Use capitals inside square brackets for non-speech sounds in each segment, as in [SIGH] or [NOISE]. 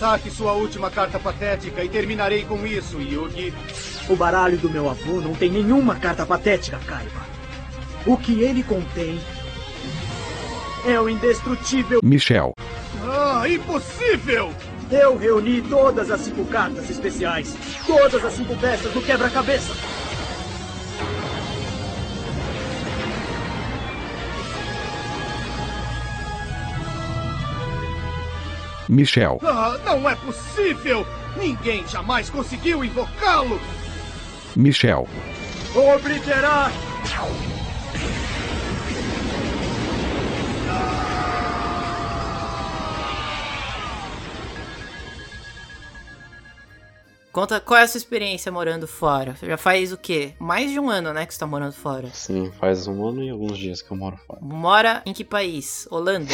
Saque sua última carta patética e terminarei com isso, Yugi. O baralho do meu avô não tem nenhuma carta patética, Kaiba. O que ele contém é o indestrutível. Michel, Ah, impossível! Eu reuni todas as cinco cartas especiais, todas as cinco peças do quebra-cabeça. Michel, Ah, não é possível! Ninguém jamais conseguiu invocá-lo! Michel, Obliterar! Conta qual é a sua experiência morando fora. Você já faz o quê? Mais de um ano, né, que você tá morando fora. Sim, faz um ano e alguns dias que eu moro fora. Mora em que país? Holanda?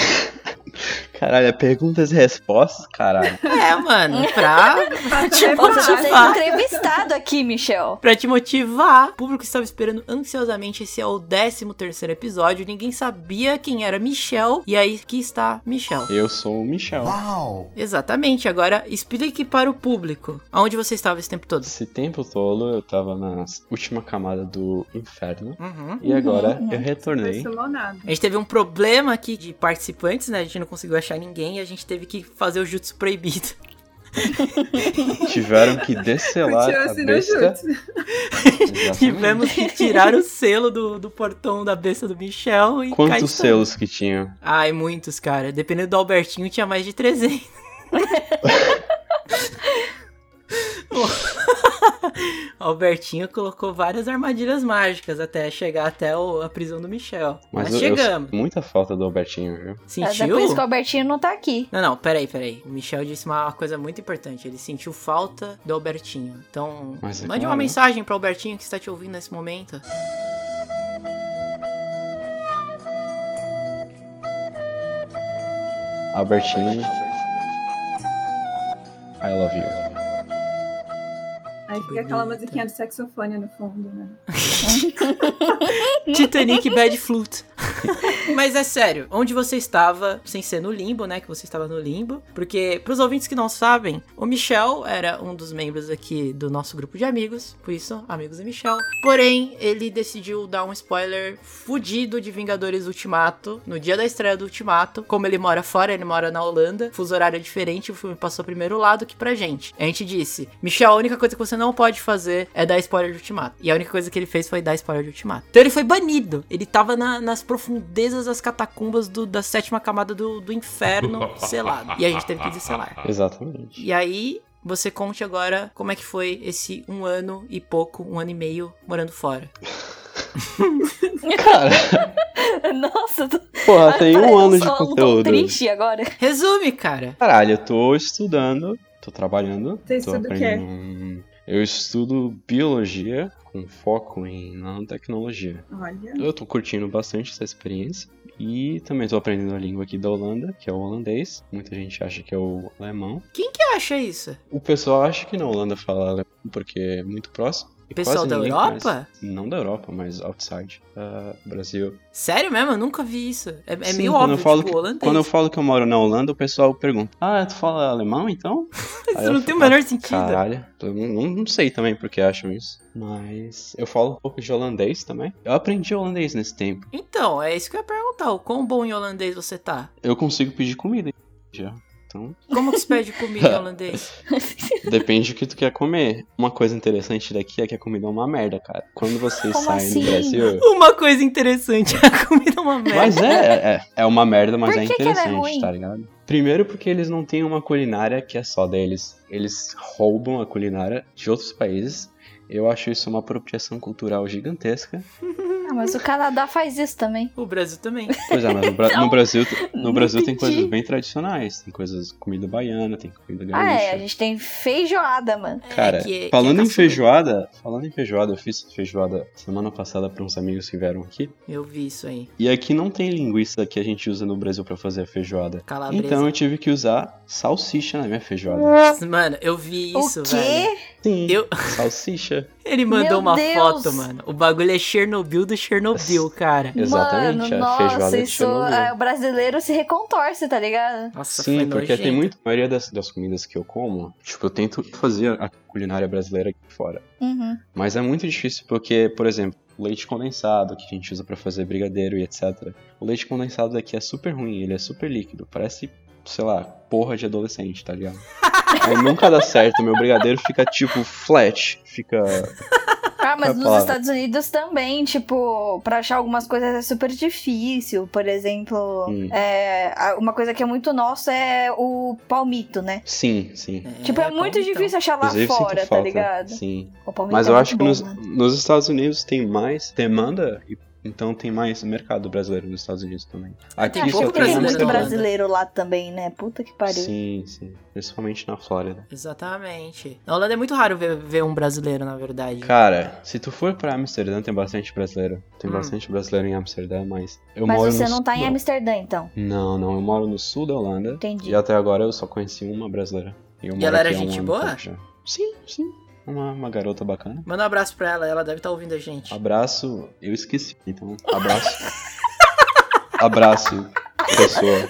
Caralho, é perguntas e respostas, caralho. É, mano, pra, [LAUGHS] pra te Você é motivar. entrevistado aqui, Michel. Pra te motivar, o público estava esperando ansiosamente. Esse é o 13 terceiro episódio. Ninguém sabia quem era Michel. E aí, aqui está Michel. [LAUGHS] Eu sou o Michel. Exatamente. Agora, explique para o público aonde você estava esse tempo todo. Esse tempo todo eu tava na última camada do inferno. Uhum. E agora eu retornei. Uhum. Decepcionado. A gente teve um problema aqui de participantes, né? A gente não conseguiu achar ninguém e a gente teve que fazer o jutsu proibido. Tiveram que descelar a Continua-se no Tá besta. chute. Exatamente. Tivemos que tirar o selo do, do portão da besta do Michel e cá Quantos estamos. selos que tinha? Ai, muitos, cara. Dependendo do Albertinho, tinha mais de 300. [LAUGHS] O Albertinho colocou várias armadilhas mágicas até chegar até o- a prisão do Michel. Mas, eu- eu chegamos. sinto muita falta do Albertinho, viu? Mas é Sentiu? por isso que o Albertinho não tá aqui. Não, não, peraí, peraí. O Michel disse uma coisa muito importante. Ele sentiu falta do Albertinho. Então, Mas é mande uma claro. mensagem pro Albertinho que está te ouvindo nesse momento. Albertinho. I love you. Aí fica aquela musiquinha do saxofone no fundo, né? [LAUGHS] Titanic Bad Flute. [LAUGHS] Mas é sério, onde você estava, sem ser no limbo, né? Que você estava no limbo. Porque, pros ouvintes que não sabem, o Michel era um dos membros aqui do nosso grupo de amigos. Por isso, amigos do Michel. Porém, ele decidiu dar um spoiler fudido de Vingadores Ultimato. No dia da estreia do Ultimato. Como ele mora fora, ele mora na Holanda. Fuso horário é diferente, o filme passou primeiro lado que pra gente. A gente disse, Michel, a única coisa que você não pode fazer é dar spoiler de Ultimato. E a única coisa que ele fez foi dar spoiler de Ultimato. Então ele foi banido. Ele tava na- nas profundezas das catacumbas do- da sétima camada do, do inferno, selado. E a gente teve que descelar. Exatamente. E aí, você conte agora como é que foi esse um ano e pouco, um ano e meio, morando fora. Cara, [LAUGHS] Nossa, tô... porra, tem parece um ano de solo tão conteúdo. triste [LAUGHS] agora. Resume, cara. Caralho, eu tô estudando, tô trabalhando. tô Você estuda o quê? aprendendo- um- Eu estudo biologia com foco em nanotecnologia. Olha. Eu tô curtindo bastante essa experiência. E também tô aprendendo a língua aqui da Holanda, que é o holandês. Muita gente acha que é o alemão. Quem que acha isso? O pessoal acha que na Holanda fala alemão porque é muito próximo. E Pessoal quase da ninguém Europa? conhece. Não da Europa, mas outside. ah, Brasil. Sério mesmo? Eu nunca vi isso. É, é Sim, meio quando óbvio, eu falo tipo, que- holandês. Quando eu falo que eu moro na Holanda, o pessoal pergunta: Ah, tu fala alemão então? Aí [LAUGHS] Isso eu não tem o falo, menor sentido. Caralho, eu não, não- não sei também porque acham isso. Mas eu falo um pouco de holandês também. Eu aprendi holandês nesse tempo. Então, é isso que eu ia perguntar. O quão bom em holandês você tá? Eu consigo pedir comida já. [LAUGHS] Então, Como que se pede comida em [LAUGHS] holandês? depende do que tu quer comer. Uma coisa interessante daqui é que a comida é uma merda, cara. Quando você Como sai assim? do [LAUGHS] Brasil. Uma coisa interessante, [LAUGHS] a comida é uma merda. É. Mas é, é, é uma merda, mas Por é que que ela é interessante, ruim? tá ligado? Primeiro porque eles não têm uma culinária que é só deles. Eles roubam a culinária de outros países. Eu acho isso uma apropriação cultural gigantesca. Ah, mas o Canadá faz isso também. O Brasil também. Pois é, mas no, Bra- no Brasil, no não Brasil tem entendi. coisas bem tradicionais. Tem coisas, comida baiana, tem comida gaúcha. Ah, é, a gente tem feijoada, mano. Cara, É, que- que falando é em caçula. feijoada, falando em feijoada, eu fiz feijoada semana passada para uns amigos que vieram aqui. Eu vi isso aí. E aqui não tem linguiça que a gente usa no Brasil para fazer a feijoada. Ah, Calabresa. Então eu tive que usar salsicha na minha feijoada. Mano, eu vi isso, o quê? velho. Sim, Eu- [LAUGHS] salsicha. Ele mandou Meu uma Deus! foto, mano. O bagulho é Chernobyl do Chernobyl, cara. Exatamente, Mano, a feijoada nossa, de isso. Chernobyl. ah, o brasileiro se recontorce, tá ligado? Nossa, foi Sim, porque nojento. tem muito. A maioria das, das comidas que eu como, tipo, eu tento fazer a culinária brasileira aqui fora. Uhum. Mas é muito difícil porque, por exemplo, leite condensado que a gente usa pra fazer brigadeiro e etc. O leite condensado daqui é super ruim, ele é super líquido. Parece, sei lá, porra de adolescente, tá [LAUGHS] ligado? Aí nunca dá certo, meu brigadeiro fica tipo flat, fica. Ah, mas Vai nos falar. Estados Unidos também, tipo, pra achar algumas coisas é super difícil. Por exemplo, Hum. é, a- uma coisa que é muito nossa é o palmito, né? Sim, sim. tipo, é muito palmitão. difícil achar lá Inclusive, fora, sinto tá falta. ligado? Sim. O palmito Mas é eu muito acho que bom, nos, né? nos Estados Unidos tem mais demanda, e- então tem mais mercado brasileiro nos Estados Unidos também. Aqui tem Acho pouco só que tem um brasileiro né? muito na Holanda. restaurante. brasileiro lá também, né? Puta que pariu. Sim, sim. Principalmente na Flórida. Exatamente. Na Holanda é muito raro ver, ver um brasileiro, na verdade. Cara, se tu for pra Amsterdã, tem bastante brasileiro. Tem Hum. bastante brasileiro em Amsterdã, mas eu Mas moro você no não tá em sul. Amsterdã, então. Não, não, eu moro no sul da Holanda. Entendi. E até agora eu só conheci uma brasileira. E, eu moro ela era aqui há um gente ano e boa? pouco já. Sim, sim. Uma, uma garota bacana. Manda um abraço pra ela, ela deve estar ouvindo a Tá gente. Abraço. Eu esqueci, então. [LAUGHS] Abraço. abraço, pessoa.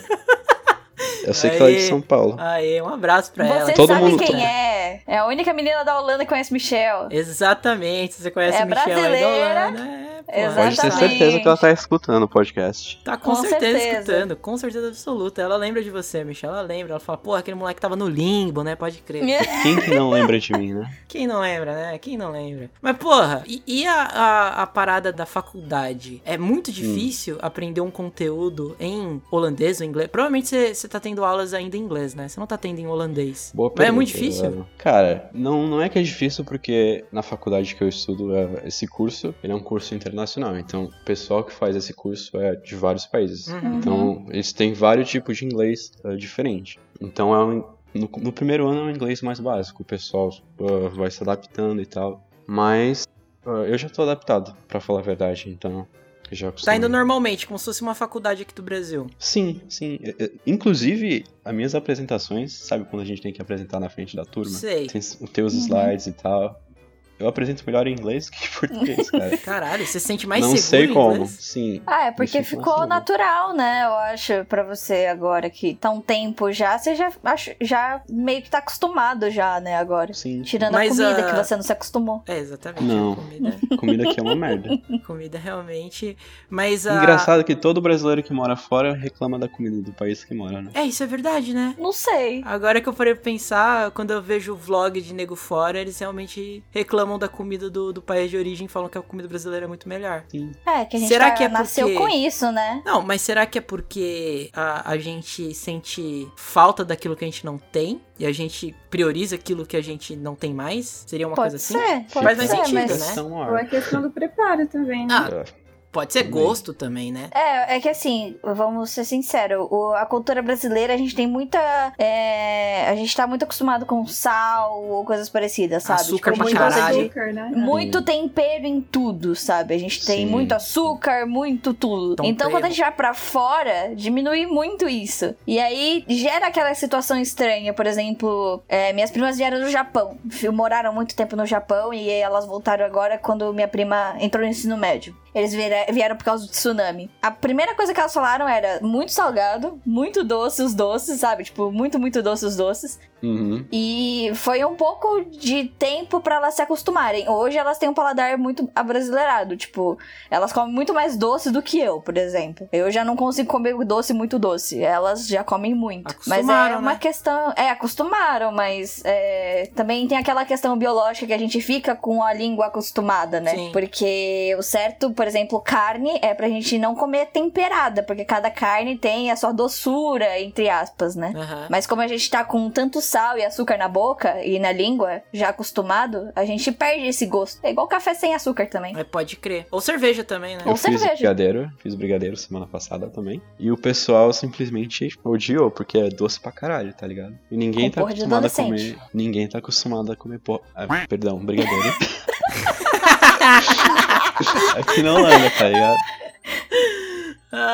Eu sei que ela é de Aê. São Paulo. Aê, um abraço pra ela. Você Todo sabe mundo- quem todo- é. É a única menina da Holanda que conhece Michel. Exatamente, você conhece É o Michel brasileira. aí da Holanda. É, pô, Pode ter Exatamente. certeza que ela tá escutando o podcast. Tá com, Com certeza, certeza. escutando, com certeza absoluta. Ela lembra de você, Michel, ela lembra. Ela fala, pô, aquele moleque tava no limbo, né? Pode crer. Quem que não lembra de mim, né? Quem não lembra, né? Quem não lembra? Mas, porra, e, e a, a, a parada da faculdade? É Hum. muito difícil aprender um conteúdo em holandês ou inglês? Provavelmente você você tá tendo aulas ainda em inglês, né? Você não tá tendo em holandês. Boa Mas é pergunta, muito difícil? Eduardo. Cara, não, não é que é difícil porque na faculdade que eu estudo, é- esse curso, ele é um curso internacional. Então, o pessoal que faz esse curso é de vários países. Uhum. Então, eles têm vários tipos de inglês eh, diferente. Então, é um, no, no primeiro ano é um inglês mais básico, o pessoal eh, vai se adaptando e tal. Mas eh, eu já tô adaptado, pra falar a verdade, então eu já Tá acostumei. indo normalmente, como se fosse uma faculdade aqui do Brasil. Sim, sim. Eh, eh, Inclusive, as minhas apresentações, sabe quando a gente tem que apresentar na frente da turma? Sei. Tem os teus Uhum. slides e tal. Eu apresento melhor em inglês que em português, [LAUGHS] cara. Caralho, você se sente mais Não seguro sei em como. inglês? Sim. Ah, é porque Isso, ficou nossa, natural, né? Eu acho, pra você agora que tá um tempo já, você já, acho, já meio que tá acostumado já, né, agora. Sim. Tirando Mas, a comida ah, que você não se acostumou. É, exatamente. Não. A comida, Comida aqui é uma merda. [LAUGHS] comida realmente. Mas a. Engraçado que todo brasileiro que mora fora reclama da comida do país que mora, né? É, isso é verdade, né? Não sei. Agora que eu parei pra pensar, quando eu vejo o vlog de nego fora, eles realmente reclamam da comida do, do país de origem e falam que a comida brasileira é muito melhor. É, que a gente Será tá- que é nasceu porque- com isso, né? Não, mas será que é porque a, a gente sente falta daquilo que a gente não tem e a gente prioriza aquilo que a gente não tem mais? Seria uma pode coisa assim? ser, pode Faz ser, mais sentido, mas... né? Então, Ou é ó, questão do preparo também, né? Ah, é, Pode ser Também. gosto também, né? É, é que assim, vamos ser sinceros, o- a cultura brasileira, a gente tem muita. é, a gente tá muito acostumado com sal ou coisas parecidas, sabe? Açúcar tipo, pra muita muito coisa caralho. de- açúcar, né? Muito tempero em tudo, sabe? A gente tem Sim. muito açúcar, muito tudo. Tempero. Então, quando a gente vai pra fora, diminui muito isso. E aí gera aquela situação estranha. Por exemplo, é, minhas primas vieram do Japão. Fi- Moraram muito tempo no Japão e elas voltaram agora quando minha prima entrou no ensino médio. Eles viera- vieram por causa do tsunami. A primeira coisa que elas falaram era muito salgado, muito doce os doces, sabe? Tipo, muito, muito doce os doces. uhum. E foi um pouco de tempo pra elas se acostumarem. Hoje elas têm um paladar muito abrasileirado. Tipo, elas comem muito mais doce do que eu, por exemplo. Eu já não consigo comer doce muito doce. Elas já comem muito. Mas é Acostumaram, uma né? questão. É, acostumaram, mas é, também tem aquela questão biológica que a gente fica com a língua acostumada, né? Sim. Porque o certo, por exemplo, carne é pra gente não comer temperada, porque cada carne tem a sua doçura, entre aspas, né? Aham. Mas como a gente tá com tanto sal e açúcar na boca e na língua, já acostumado, a gente perde esse gosto. É igual café sem açúcar também. É, pode crer. Ou cerveja também, né? Ou Eu fiz cerveja. brigadeiro, fiz brigadeiro semana passada também. E o pessoal simplesmente odiou, porque é doce pra caralho, tá ligado? E ninguém Com tá porra de acostumado a adolescente. comer. Ninguém tá acostumado a comer porra. Ah, perdão, [LAUGHS] brigadeiro. É Aqui na Holanda, tá ligado?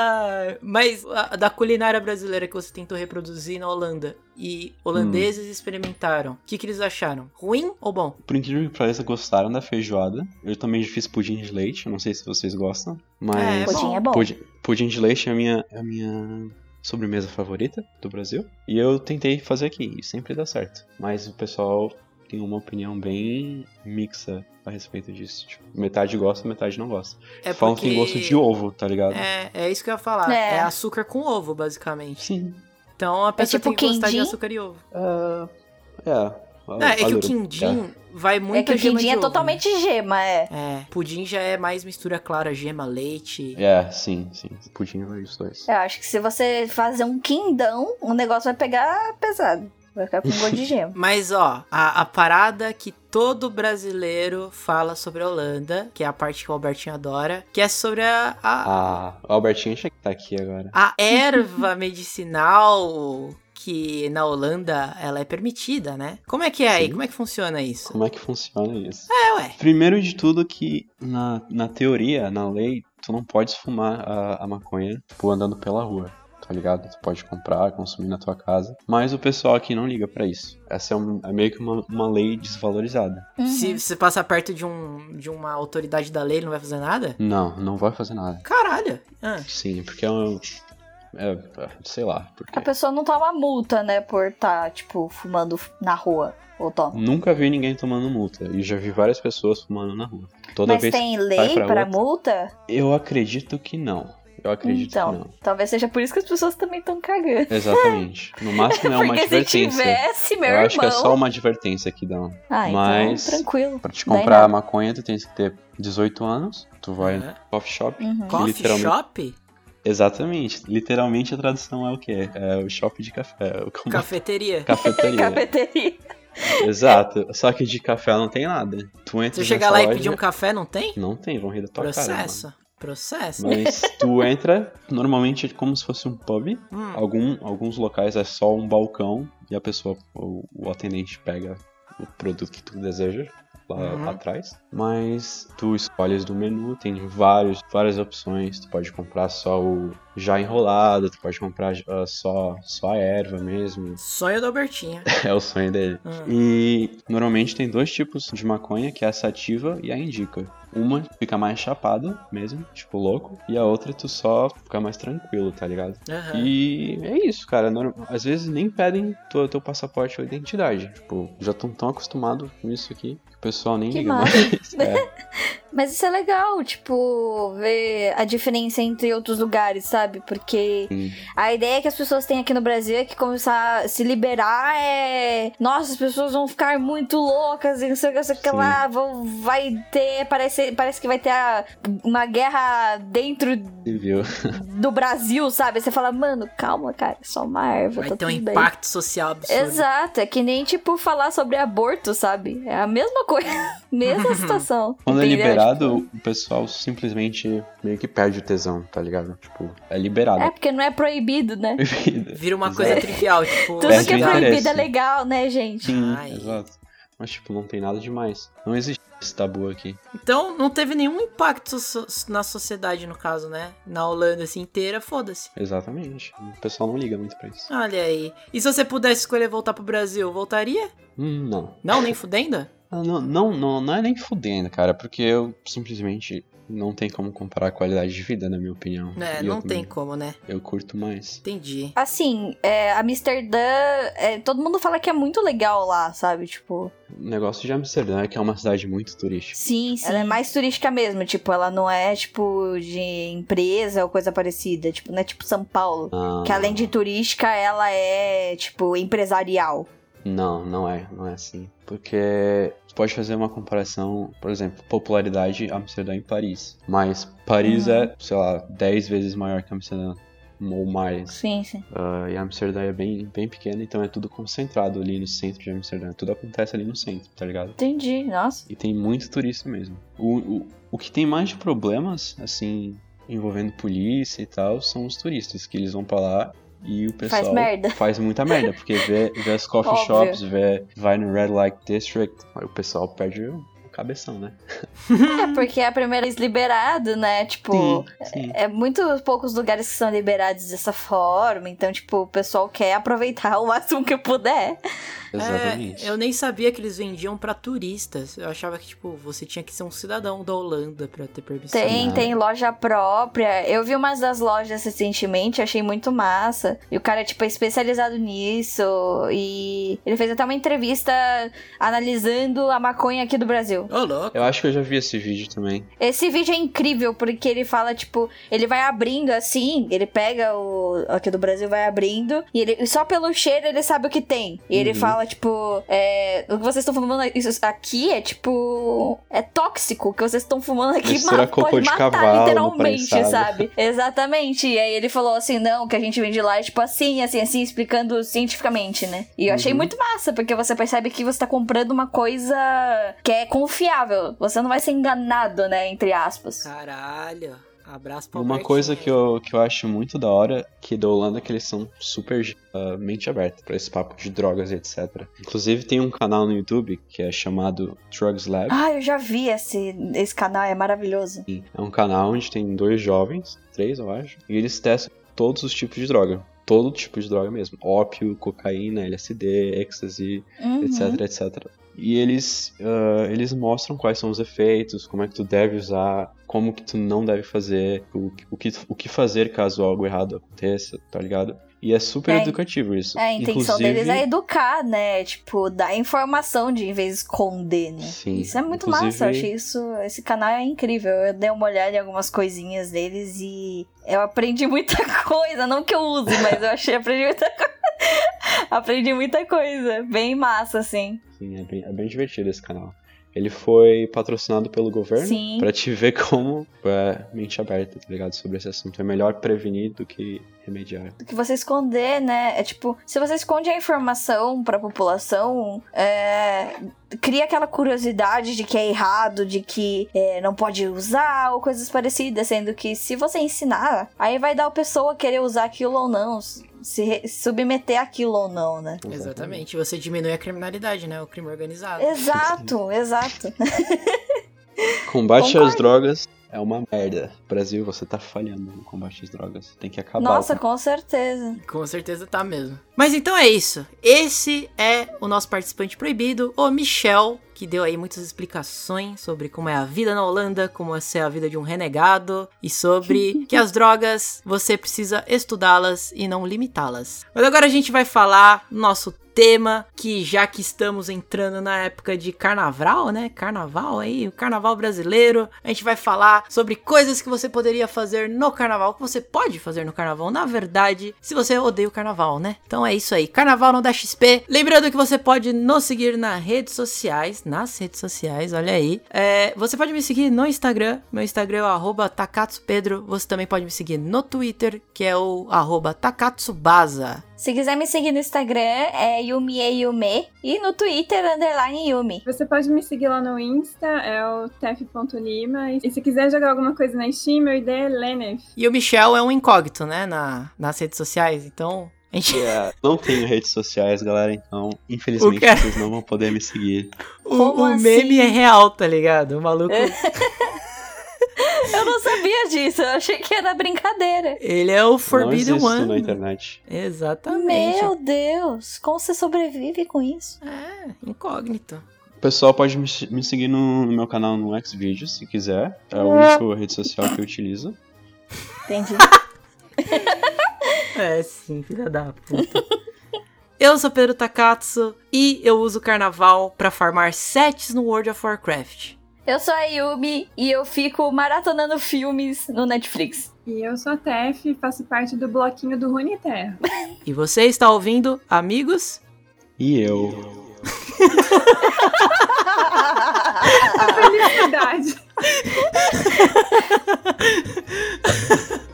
Ah, mas a- da culinária brasileira que você tentou reproduzir na Holanda e holandeses experimentaram, o que, que eles acharam? Ruim ou bom? Por incrível que pareça, gostaram da feijoada. Eu também já fiz pudim de leite, não sei se vocês gostam, É, mas. bom. Pudim é bom. Pudim, pudim de leite é a minha, é a minha sobremesa favorita do Brasil. E eu tentei fazer aqui, e sempre dá certo. Mas o pessoal tem uma opinião bem mixa a respeito disso. Tipo, metade gosta, metade não gosta. É Falam que tem porque- gosto de ovo, tá ligado? É, é isso que eu ia falar. É, É. açúcar com ovo, basicamente. Sim. Então a pessoa tipo tem que gostar de quindim? açúcar e ovo. Ah, é. Não, é que o quindim vai muito É que o gema quindim de é ovo, né? totalmente gema, é. É, pudim já é mais mistura clara, gema, leite. É, sim, sim. Pudim é os dois. Eu acho que se você fazer um quindão, o negócio vai pegar pesado. Vai ficar com um gosto de [LAUGHS] gema. Mas ó, a, a parada que todo brasileiro fala sobre a Holanda, que é a parte que o Albertinho adora, que é sobre a, a, Ah, o Albertinho tinha que tá aqui agora. a erva [LAUGHS] medicinal que na Holanda ela é permitida, né? Como é que é aí? Sim. Como é que funciona isso? Como é que funciona isso? É, ué. Primeiro de tudo que na, na teoria, na lei, tu não pode fumar a, a maconha, tipo, andando pela rua, tá ligado? Tu pode comprar, consumir na tua casa. Mas o pessoal aqui não liga pra isso. Essa é, um- é meio que uma, uma lei desvalorizada. Uhum. Se você passar perto de, um, de uma autoridade da lei, ele não vai fazer nada? Não, não vai fazer nada. Caralho. Ah. Sim, porque é um. É, é, sei lá, porque. A pessoa não toma multa, né, por tá, tipo, fumando na rua. Ou toma. Nunca vi ninguém tomando multa. E já vi várias pessoas fumando na rua. Toda Mas vez. tem lei pra pra, outra. multa? Eu acredito que não. Eu acredito que Então, não. talvez seja por isso que as pessoas também estão cagando. Exatamente. No máximo é uma [LAUGHS] Porque se advertência. tivesse, meu eu irmão. acho que é só uma advertência que dão. Ah, então, mas- tranquilo. Pra te Daí comprar nada. maconha, tu tens que ter 18 anos. Tu vai no É. coffee shop. Uhum. Coffee literalmente- [LAUGHS] shop? Exatamente. Literalmente a tradução é o quê? É o shop de café. O com- Cafeteria. [LAUGHS] Cafeteria. [LAUGHS] Cafeteria. Exato. Só que de café não tem nada. Tu Se eu entra nessa chegar lá e loja, pedir um café, não tem? Não tem, vão rir da tua Processo. Processo. cara. mano. Mas tu entra, normalmente é como se fosse um pub. Hum. Algum, alguns locais é só um balcão e a pessoa, o, o atendente pega o produto que tu deseja lá, Uhum. lá atrás. Mas tu escolhes do menu, tem vários, várias opções. Tu pode comprar só o já enrolado, tu pode comprar ah, só, só a erva mesmo. [LAUGHS] Sonho do Albertinho. É o sonho dele. Ah. E normalmente tem dois tipos de maconha, que é a sativa e a indica. Uma fica mais chapada mesmo, tipo louco, e a outra tu só fica mais tranquilo, tá ligado? Aham. E é isso, cara. Norm- Às vezes nem pedem teu, teu passaporte ou identidade. Tipo, já estão tão acostumados com isso aqui que o pessoal nem Que liga massa. [LAUGHS] mais. É, Mas isso é legal, tipo, ver a diferença entre outros lugares, sabe? Porque Sim. a ideia que as pessoas têm aqui no Brasil é que começar a se liberar é. Nossa, as pessoas vão ficar muito loucas e não sei o que, não sei o que Sim. lá. Vão, vai ter. Parece, parece que vai ter a- uma guerra dentro você viu? do Brasil, sabe? Você fala, mano, calma, cara, é só uma erva. Vai tá ter um tudo bem." impacto social absurdo. Exato, é que nem tipo falar sobre aborto, sabe? É a mesma coisa, [LAUGHS] mesma situação. [LAUGHS] Quando é entendeu? Tipo, liberado, o pessoal simplesmente meio que perde o tesão, tá ligado? Tipo, é liberado. [LAUGHS] É, porque não é proibido, né? proibido. Vira uma coisa Exato. trivial, [LAUGHS] tipo. Tudo Perde que é o cigarro. interesse. proibido é legal, né, gente? Sim, Ai. exato. Mas, tipo, não tem nada demais. Não existe esse tabu aqui. Então não teve nenhum impacto so- na sociedade, no caso, né? Na Holanda assim inteira, foda-se. Exatamente. O pessoal não liga muito pra isso. Olha aí. E se você pudesse escolher voltar pro Brasil, voltaria? Hum, não. Não, nem fudendo? Ah, Não, não, não, não é nem fudendo, cara, porque eu simplesmente não tem como comparar a qualidade de vida, na minha opinião. É, E eu não tem também- como, né? Eu curto mais. Entendi. Assim, é, Amsterdã, é, todo mundo fala que é muito legal lá, sabe? Tipo, O negócio de Amsterdã é que é uma cidade muito turística. sim, sim. Ela é mais turística mesmo, tipo, ela não é, tipo, de empresa ou coisa parecida. Tipo, não é tipo São Paulo. Ah, Que além de turística, ela é, tipo, empresarial. Não, não é, não é assim. Porque tu pode fazer uma comparação, por exemplo, popularidade Amsterdã e Paris. Mas Uhum. Paris é, sei lá, 10 vezes maior que Amsterdã. Ou mais. Sim, sim. Ah, e Amsterdã é bem, bem pequena, então é tudo concentrado ali no centro de Amsterdã. Tudo acontece ali no centro, tá ligado? Entendi, nossa. E tem muito turista mesmo. O, o, o que tem mais de problemas, assim, envolvendo polícia e tal, são os turistas, que eles vão pra lá e o pessoal Faz merda. faz muita merda, porque vê, vê as coffee Óbvio. shops, vê, vai no Red Light District, aí o pessoal perde o cabeção, né? É, porque é a primeira vez liberado, né? Tipo, Sim. é muito poucos lugares que são liberados dessa forma. Então, tipo, o pessoal quer aproveitar [LAUGHS] o máximo que puder. Exatamente. É, eu nem sabia que eles vendiam pra turistas. Eu achava que, tipo, você tinha que ser um cidadão da Holanda pra ter permissão. Tem, Sim. tem loja própria. Eu vi umas das lojas recentemente, achei muito massa. E o cara, tipo, é especializado nisso. E ele fez até uma entrevista analisando a maconha aqui do Brasil. Ô, louco. Eu acho que eu já vi esse vídeo também. Esse vídeo é incrível porque ele fala, tipo, ele vai abrindo assim, ele pega o. Aqui do Brasil vai abrindo, e ele e só pelo cheiro ele sabe o que tem. E ele Uhum. fala, tipo, é, o que vocês estão fumando isso aqui é tipo. É tóxico. O que vocês estão fumando aqui Mistura ma- cocô pode de matar, cavalo no literalmente, prensado. [LAUGHS] sabe? Exatamente. E aí ele falou assim, não, o que a gente vende lá é tipo assim, assim, assim, explicando cientificamente, né? E eu achei Uhum. muito massa, porque você percebe que você tá comprando uma coisa que é confiável. Você não vai ser enganado, né? Entre aspas. Caralho. Abraço pra Uma Albertinho. coisa que eu, que eu acho muito da hora, que da Holanda é que eles são super ah, mente aberta pra esse papo de drogas e etc. Inclusive tem um canal no YouTube que é chamado Drugs Lab. Ah, eu já vi esse, esse canal, é maravilhoso. É um canal onde tem dois jovens, três eu acho, e eles testam todos os tipos de droga. Todo tipo de droga mesmo. Ópio, cocaína, LSD, ecstasy, Uhum. etc, etc. E eles, ah, eles mostram quais são os efeitos, como é que tu deve usar, como que tu não deve fazer, o, que- o, que, o que fazer caso algo errado aconteça, tá ligado? E é super É, educativo isso. É, a intenção Inclusive- deles é educar, né? Tipo, dar informação de em vez de esconder, né? Sim, Isso é muito inclusive- massa, eu achei isso. Esse canal é incrível. Eu dei uma olhada em algumas coisinhas deles e eu aprendi muita [LAUGHS] coisa. Não que eu use, mas eu achei aprendi muita coisa. [LAUGHS] aprendi muita coisa. Bem massa, assim. Sim, é bem, é bem divertido esse canal. Ele foi patrocinado pelo governo Sim. pra te ver como é mente aberta, tá ligado? Sobre esse assunto. É melhor prevenir do que remediar. do que você esconder, né? É tipo, se você esconde a informação pra população, é, cria aquela curiosidade de que é errado, de que é, não pode usar ou coisas parecidas, sendo que se você ensinar, aí vai dar a pessoa querer usar aquilo ou não, se re- submeter aquilo ou não, né? Então, Exatamente. Você diminui a criminalidade, né? O crime organizado. Exato, exato. Combate Concordo. às drogas é uma merda. Brasil, você tá falhando no combate às drogas. Tem que acabar. Nossa, com- com certeza. Com certeza tá mesmo. Mas então é isso. Esse é o nosso participante proibido, o Michel, que deu aí muitas explicações sobre como é a vida na Holanda, como é ser a vida de um renegado e sobre que as drogas você precisa estudá-las e não limitá-las. Mas agora a gente vai falar do nosso tema que já que estamos entrando na época de carnaval, né? Carnaval aí, o carnaval brasileiro, a gente vai falar sobre coisas que você poderia fazer no carnaval, que você pode fazer no carnaval, na verdade, se você odeia o carnaval, né? Então é isso aí, carnaval não dá XP. Lembrando que você pode nos seguir nas redes sociais, nas redes sociais, olha aí. É, você pode me seguir no Instagram, meu Instagram é o arroba takatsupedro, você também pode me seguir no Twitter, que é o arroba takatsubaza. Se quiser me seguir no Instagram, é Yumi e Yume. E no Twitter, underline Yumi. Você pode me seguir lá no Insta, é o tef.lima. E se quiser jogar alguma coisa na Steam, meu ID é Lenef. E o Michel é um incógnito, né? Na, nas redes sociais, então. A gente... É, não tenho redes sociais, galera, então, O infelizmente, quê? vocês não vão poder me seguir. [LAUGHS] O, Como o meme assim? é real, tá ligado? O maluco. Eu não sabia disso, eu achei que era brincadeira. Ele é o não Forbidden existo na One. internet. Exatamente. Meu Deus, como você sobrevive com isso? É, incógnito. O pessoal pode me, me seguir no, no meu canal no Xvideos, se quiser. É a única rede social que eu utilizo. Entendi. É, sim, filha da puta. [LAUGHS] Eu sou Pedro Takatsu e eu uso o carnaval pra farmar sets no World of Warcraft. [LAUGHS] eu sou a Yumi e eu fico maratonando filmes no Netflix. E eu sou a Tef e faço parte do bloquinho do Rune Terra. E você está ouvindo, amigos? E eu. Ah. [LAUGHS] Felicidade!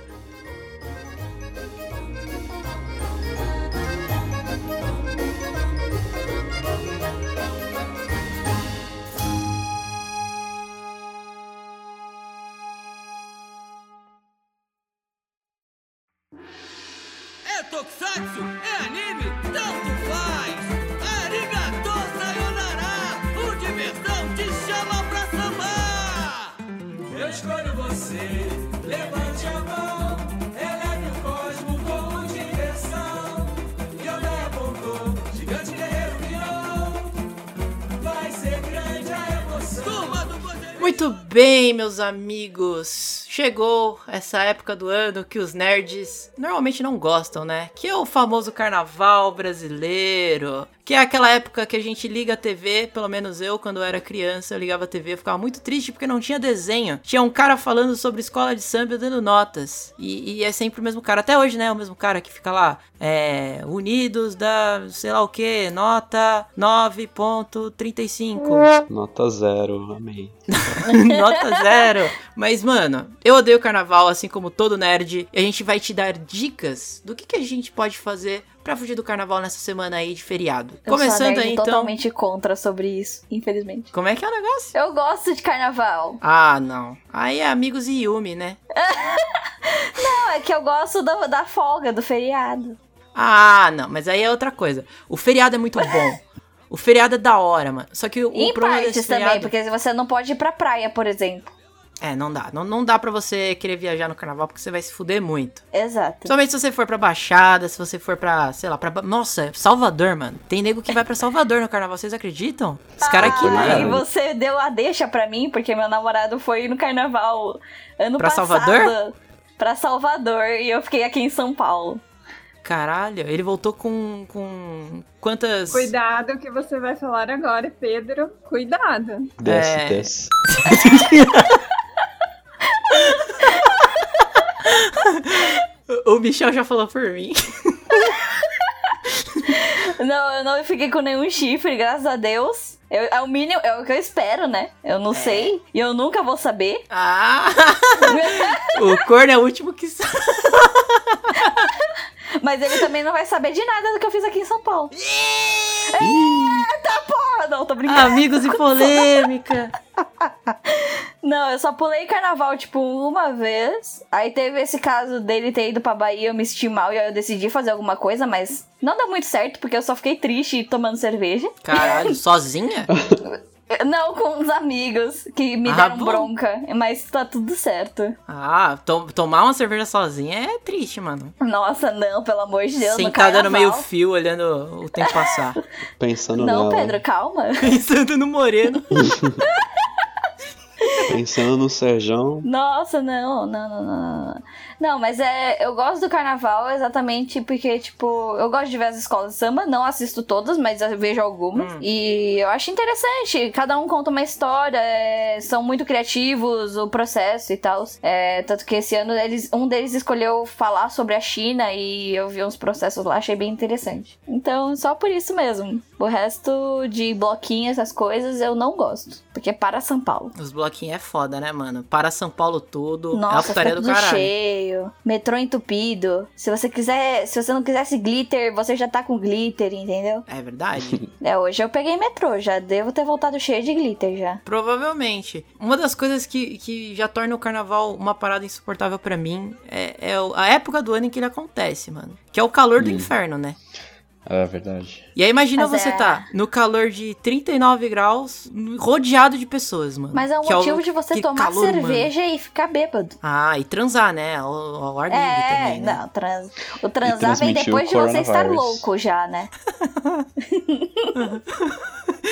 É tokusatsu, é anime, tanto faz. Arigatou sayonara, o diversão te chama pra você. Levante a mão, eleve o cosmo como diversão. Yoda apontou, um gigante guerreiro virou. Vai ser grande a emoção. Turma do poder. Muito bem, meus amigos. Chegou essa época do ano que os nerds normalmente não gostam, né? Que é o famoso carnaval brasileiro. Que é aquela época que a gente liga a TV, pelo menos eu, quando eu era criança, eu ligava a TV, eu ficava muito triste porque não tinha desenho. Tinha um cara falando sobre escola de samba dando notas. E, e é sempre o mesmo cara, até hoje, né? O mesmo cara que fica lá, é, Unidos da sei lá o que, nota 9.35. Nota zero, amei. [LAUGHS] Nota zero. Mas, mano, eu odeio carnaval, assim como todo nerd. E a gente vai te dar dicas do que, que a gente pode fazer pra fugir do carnaval nessa semana aí de feriado. Eu sou a Começando nerd aí, então. totalmente contra sobre isso, infelizmente. Como é que é o negócio? Eu gosto de carnaval. Ah, não. Aí é amigos e Yumi, né? Não, é que eu gosto da, da folga, do feriado. Ah, não. Mas aí é outra coisa. O feriado é muito bom. O feriado é da hora, mano. Só que o, E o em problema partes desse também, feriado... porque você não pode ir pra praia, por exemplo. É, não dá. Não, não dá pra você querer viajar no carnaval, porque você vai se fuder muito. Exato. Principalmente se você for pra Baixada, se você for pra, sei lá, pra. Ba- Nossa, Salvador, mano. Tem nego que vai pra Salvador no carnaval, vocês acreditam? Os caras aqui, Ah, e mano. você deu a deixa pra mim, porque meu namorado foi no carnaval ano Pra passado. Salvador? Pra Salvador, e eu fiquei aqui em São Paulo. Caralho, ele voltou com. com. quantas. Cuidado que você vai falar agora, Pedro. Cuidado. Desce, É. desce. O Michel já falou por mim. Não, eu não fiquei com nenhum chifre, graças a Deus. Eu- é o mínimo, é o que eu espero, né? Eu não sei, e eu nunca vou saber. [LAUGHS] Ah! o corno é o último que sabe. Mas ele também não vai saber de nada do que eu fiz aqui em São Paulo. Eita porra! Não, tô brincando. Amigos e polêmica. Não, eu só pulei carnaval, tipo, uma vez. Aí teve esse caso dele ter ido pra Bahia, eu me senti mal e aí eu decidi fazer alguma coisa, mas não deu muito certo, porque eu só fiquei triste tomando cerveja. Caralho, sozinha? Não com uns amigos que me Ah, deram bom. bronca, mas tá tudo certo. Ah, to- tomar uma cerveja sozinha é triste, mano. Nossa, não, pelo amor de Deus. no Sentada no carnaval. meio fio, olhando o tempo passar. [LAUGHS] Pensando Não, nela. Pedro, calma. Pensando no moreno. Pensando no Serjão. Nossa, não, não, não, não. não. Não, mas é, eu gosto do carnaval exatamente porque, tipo, eu gosto de ver as escolas de samba, não assisto todas, mas eu vejo algumas. E eu acho interessante, cada um conta uma história, é, são muito criativos, o processo e tal. É, tanto que esse ano eles, um deles escolheu falar sobre a China e eu vi uns processos lá, achei bem interessante. Então, só por isso mesmo. O resto de bloquinho, essas coisas, eu não gosto, porque é para São Paulo. Os bloquinhos é foda, né, mano? Para São Paulo todo, é uma Nossa, putaria fica do tudo caralho. cheio, metrô entupido. Se você quiser, se você não quisesse glitter, você já tá com glitter, entendeu? É verdade? [LAUGHS] É, hoje eu peguei metrô, já devo ter voltado cheio de glitter já. Provavelmente. Uma das coisas que, que já torna o carnaval uma parada insuportável pra mim é, é o- a época do ano em que ele acontece, mano. Que é o calor Hum. do inferno, né? É verdade. E aí imagina Mas você é. tá no calor de 39 graus, rodeado de pessoas, mano. Mas é um Que motivo o- de você que tomar calor, mano. cerveja e ficar bêbado. Ah, e transar, né? Ao, ao ar livre É, também, né? não, trans... o transar vem transmitir o depois de você estar coronavírus. louco já, né? [LAUGHS]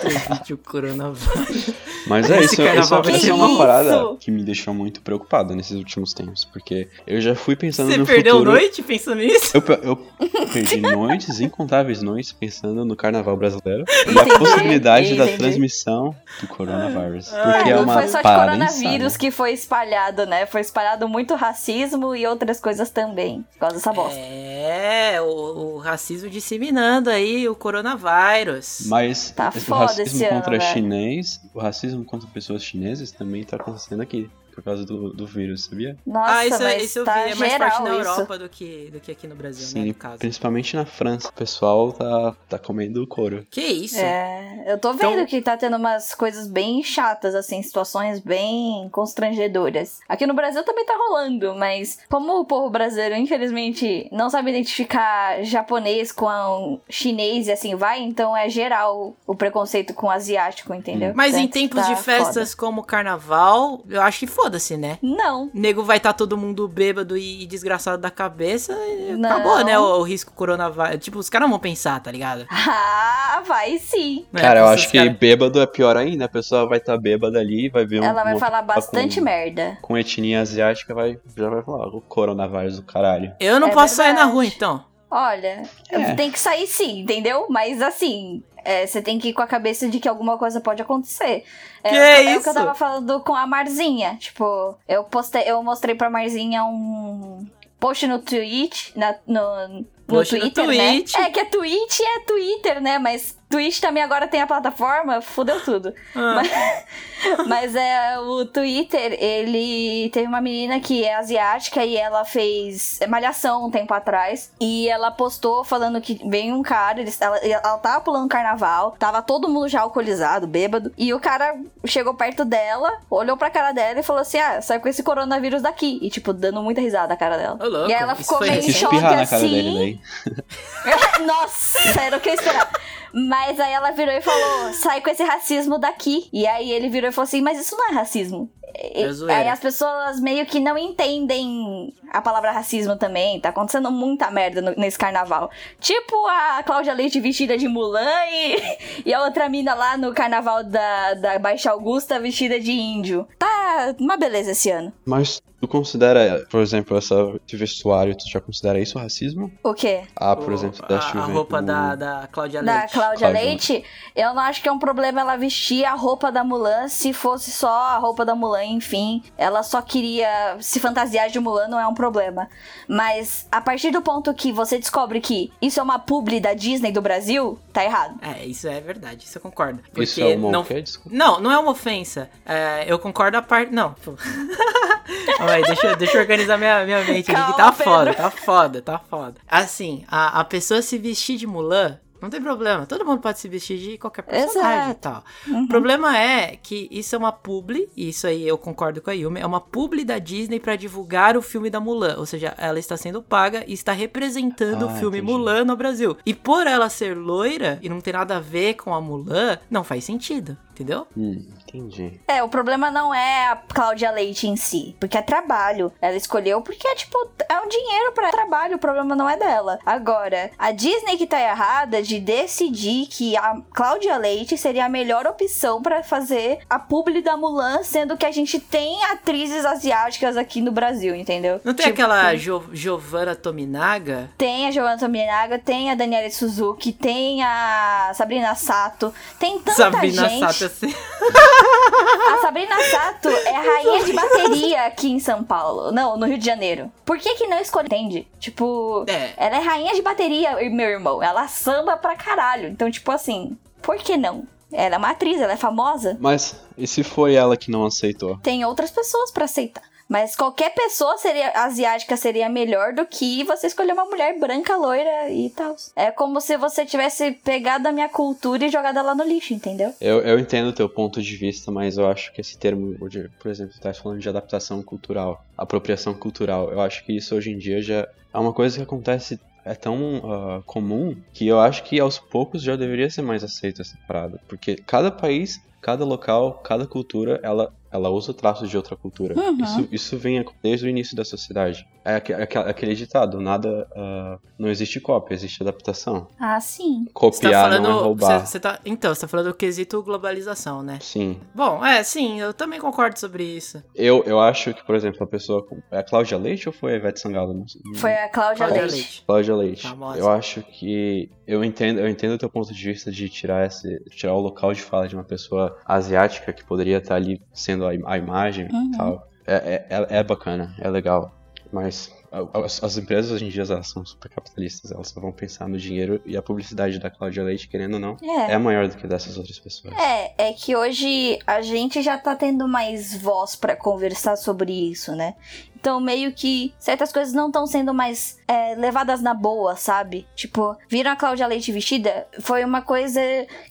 Transmite o coronavírus. Mas é Esse isso, carnaval essa, vai essa ser é uma isso? parada que me deixou muito preocupado nesses últimos tempos. Porque eu já fui pensando Você no perdeu futuro. noite pensando nisso? Eu, pe- eu [LAUGHS] perdi noites, incontáveis noites, pensando no carnaval brasileiro e a possibilidade da Entendi. transmissão do coronavírus. Porque é não uma foi só de parada coronavírus insana. que foi espalhado, né? Foi espalhado muito racismo e outras coisas também, por causa dessa bosta. É, o, o racismo disseminando aí o coronavírus. Mas Tá o foda racismo esse ano, né? contra velho. chinês, o racismo contra pessoas chinesas também tá acontecendo aqui. Por causa do, do vírus, sabia? Nossa, ah, isso, mas isso eu vi, tá é mais geral forte na isso. Europa do que, do que aqui no Brasil, né, Sim, no caso. principalmente na França. O pessoal tá, tá comendo couro. Que isso? É, eu tô Então- vendo que tá tendo umas coisas bem chatas, assim, situações bem constrangedoras. Aqui no Brasil também tá rolando, mas como o povo brasileiro, infelizmente, não sabe identificar japonês com a- chinês e assim vai, então é geral o preconceito com asiático, entendeu? Mas em Tanto que tempos tá de festas como o carnaval, eu acho que foda-se, né? Não. [LAUGHS] Nego vai estar todo mundo bêbado e e desgraçado da cabeça. e Não. Acabou, né? O, o risco coronavírus. Tipo, os caras vão pensar, tá ligado? Ah, vai sim. Né? Cara, eu Esses acho que cara- bêbado é pior ainda. A pessoa vai estar bêbada ali, vai ver um. Ela vai uma- falar com- bastante merda. Com etnia asiática, vai, já vai falar o coronavírus do caralho. Eu não É posso sair na verdade. rua, então. Olha, É. tem que sair sim, entendeu? Mas assim, é, você tem que ir com a cabeça de que alguma coisa pode acontecer. É, Que o eu, É o que isso? eu tava falando com a Marzinha. Tipo, eu postei, eu mostrei pra Marzinha um post no Twitch, na- no. No Post no Twitter, Twitch. né? É que é Twitch e é Twitter, né? Mas Twitch também agora tem a plataforma, fudeu tudo. Ah. [LAUGHS] Mas é o Twitter, ele teve uma menina que é asiática e ela fez malhação um tempo atrás. E ela postou falando que veio um cara, eles- ela, ela tava pulando carnaval, tava todo mundo já alcoolizado, bêbado. E o cara chegou perto dela, olhou pra cara dela e falou assim: Ah, sai com esse coronavírus daqui. E tipo, dando muita risada a cara dela. Ô, louco, e aí ela isso ficou foi- meio Tem em que choque espirrar na cara dele né? assim. daí. Nossa, era o que eu esperava. Mas aí ela virou e falou: sai com esse racismo daqui. E aí ele virou e falou assim: mas isso não é racismo. E- É zoeira. aí as pessoas meio que não entendem a palavra racismo também. Tá acontecendo muita merda no- nesse carnaval. Tipo a Cláudia Leite vestida de Mulan e, e [LAUGHS] a outra mina lá no carnaval da, da Baixa Augusta vestida de índio. Tá uma beleza esse ano. Mas tu considera, por exemplo, essa, esse vestuário, tu já considera isso racismo? O quê? Ah, por O- exemplo, a- da a, chuva. roupa da, da Cláudia da Leite. Cláudia Cláudia Leite, eu não acho que é um problema ela vestir a roupa da Mulan se fosse só a roupa da Mulan, enfim. Ela só queria se fantasiar de Mulan, não é um problema. Mas a partir do ponto que você descobre que isso é uma publi da Disney do Brasil, tá errado. É, isso é verdade, isso eu concordo. Porque Isso é uma não, o quê? Desculpa. não, não é uma ofensa. É, eu concordo a parte. Não, pô. [LAUGHS] Calma aí, deixa, eu- deixa eu organizar minha, minha mente aqui, que Calma, tá Pedro. foda, tá foda, tá foda. Assim, a, a pessoa se vestir de Mulan. Não tem problema, todo mundo pode se vestir de qualquer personagem e Exato. tal. Uhum. O problema é que isso é uma publi, e isso aí eu concordo com a Yumi, é uma publi da Disney pra divulgar o filme da Mulan. Ou seja, ela está sendo paga e está representando o Ah, filme entendi. Mulan no Brasil. E por ela ser loira e não ter nada a ver com a Mulan, não faz sentido, entendeu? Hum, entendi. É, o problema não é a Cláudia Leite em si, porque é trabalho. Ela escolheu porque é tipo, é um dinheiro pra trabalho, o problema não é dela. Agora, a Disney que tá errada de decidir que a Cláudia Leite seria a melhor opção pra fazer a publi da Mulan, sendo que a gente tem atrizes asiáticas aqui no Brasil, entendeu? Não tem Tipo, aquela jo Giovanna Tominaga? tem a Giovanna Tominaga, tem a Daniela Suzuki, tem a Sabrina Sato, tem tanta Sabrina gente. Sato, [LAUGHS] assim. A Sabrina [LAUGHS] Sato é a rainha de bateria aqui em São Paulo. Não, no Rio de Janeiro. Por que que não escolhe? Entende? Tipo, É. ela é rainha de bateria, meu irmão. Ela samba pra caralho. Então, tipo assim, por que não? Ela é uma atriz, ela é famosa. Mas e se foi ela que não aceitou? Tem outras pessoas pra aceitar. Mas qualquer pessoa seria asiática seria melhor do que você escolher uma mulher branca, loira e tal. É como se você tivesse pegado a minha cultura e jogado ela no lixo, entendeu? Eu, eu entendo o teu ponto de vista, mas eu acho que esse termo, hoje, por exemplo, tu tá falando de adaptação cultural, apropriação cultural. Eu acho que isso hoje em dia já é uma coisa que acontece, é tão ah, comum, que eu acho que aos poucos já deveria ser mais aceita essa parada. Porque cada país, cada local, cada cultura, ela, ela usa traços de outra cultura. Uhum. Isso, isso vem desde o início da sociedade. É aque- aque- aquele ditado, nada, ah, não existe cópia, existe adaptação. Ah, sim. Você Copiar tá falando. não é roubar. você- você tá- então, você tá falando do quesito globalização, né? Sim. Bom, é, sim, eu também concordo sobre isso. Eu, eu acho que, por exemplo, a pessoa. com- É a Cláudia Leite ou foi a Ivete Sangalo? Não sei. Foi a Cláudia, Cláudia Leite. Leite. Cláudia Leite. Famosa. Eu acho que. Eu entendo eu entendo o teu ponto de vista de tirar esse tirar o local de fala de uma pessoa asiática que poderia estar ali sendo a, im- a imagem Uhum. e tal. É, é, é- é bacana, é legal. Mas a- as, as empresas hoje em dia elas são super capitalistas, elas só vão pensar no dinheiro e a publicidade da Cláudia Leite, querendo ou não, é, maior do que dessas outras pessoas. É, é que hoje a gente já tá tendo mais voz pra conversar sobre isso, né? Então, meio que certas coisas não estão sendo mais é, levadas na boa, sabe? Tipo, viram a Cláudia Leite vestida? Foi uma coisa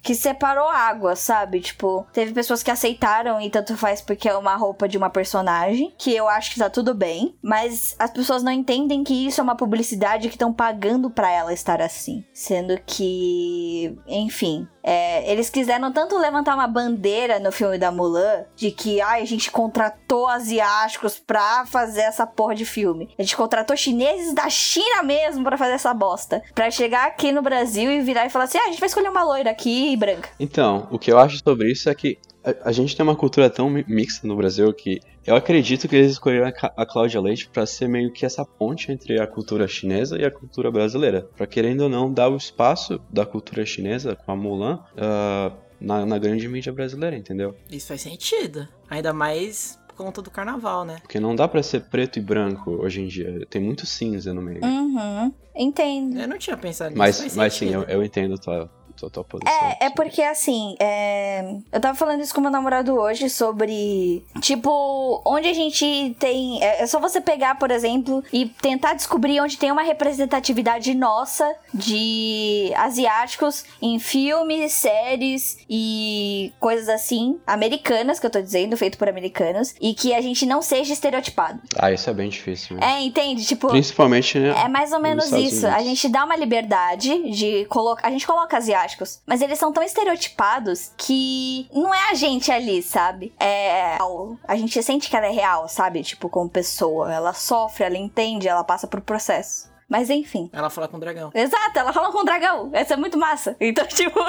que separou água, sabe? Tipo, teve pessoas que aceitaram e tanto faz porque é uma roupa de uma personagem, que eu acho que tá tudo bem, mas as pessoas não entendem que isso é uma publicidade que estão pagando pra ela estar assim. Sendo que, enfim, É, eles quiseram tanto levantar uma bandeira no filme da Mulan de que ai, a gente contratou asiáticos pra fazer essa porra de filme. A gente contratou chineses da China mesmo pra fazer essa bosta. Pra chegar aqui no Brasil e virar e falar assim: ah, a gente vai escolher uma loira aqui e branca. Então, o que eu acho sobre isso é que a, a gente tem uma cultura tão mi- mixta no Brasil que eu acredito que eles escolheram a, Ca- a Cláudia Leite pra ser meio que essa ponte entre a cultura chinesa e a cultura brasileira. Pra querendo ou não dar o espaço da cultura chinesa com a Mulan ah, na, na grande mídia brasileira, entendeu? Isso faz sentido. Ainda mais por conta do carnaval, né? Porque não dá pra ser preto e branco hoje em dia. Tem muito cinza no meio. Uhum. Entendo. Eu não tinha pensado nisso. mas faz mas sim, eu, sentido. eu entendo tua, tua, tua posição. É, é porque assim, é, eu tava falando isso com meu namorado hoje sobre. Tipo, onde a gente tem. É, é só você pegar, por exemplo, e tentar descobrir onde tem uma representatividade nossa de asiáticos em filmes, séries e coisas assim, americanas, que eu tô dizendo, feito por americanos, e que a gente não seja estereotipado. Ah, isso é bem difícil. né? É, entende? Tipo. Principalmente, né? É mais ou menos Estados isso. A Unidos. gente dá uma liberdade de colocar. A gente coloca asiáticos, mas eles são tão estereotipados que não é a gente ali, sabe? É. real. A gente sente que ela é real, sabe? Tipo, como pessoa. Ela sofre, ela entende, ela passa por processo. Mas enfim. Ela fala com o dragão. Exato, ela fala com o dragão. Essa é muito massa. Então, [LAUGHS] tipo.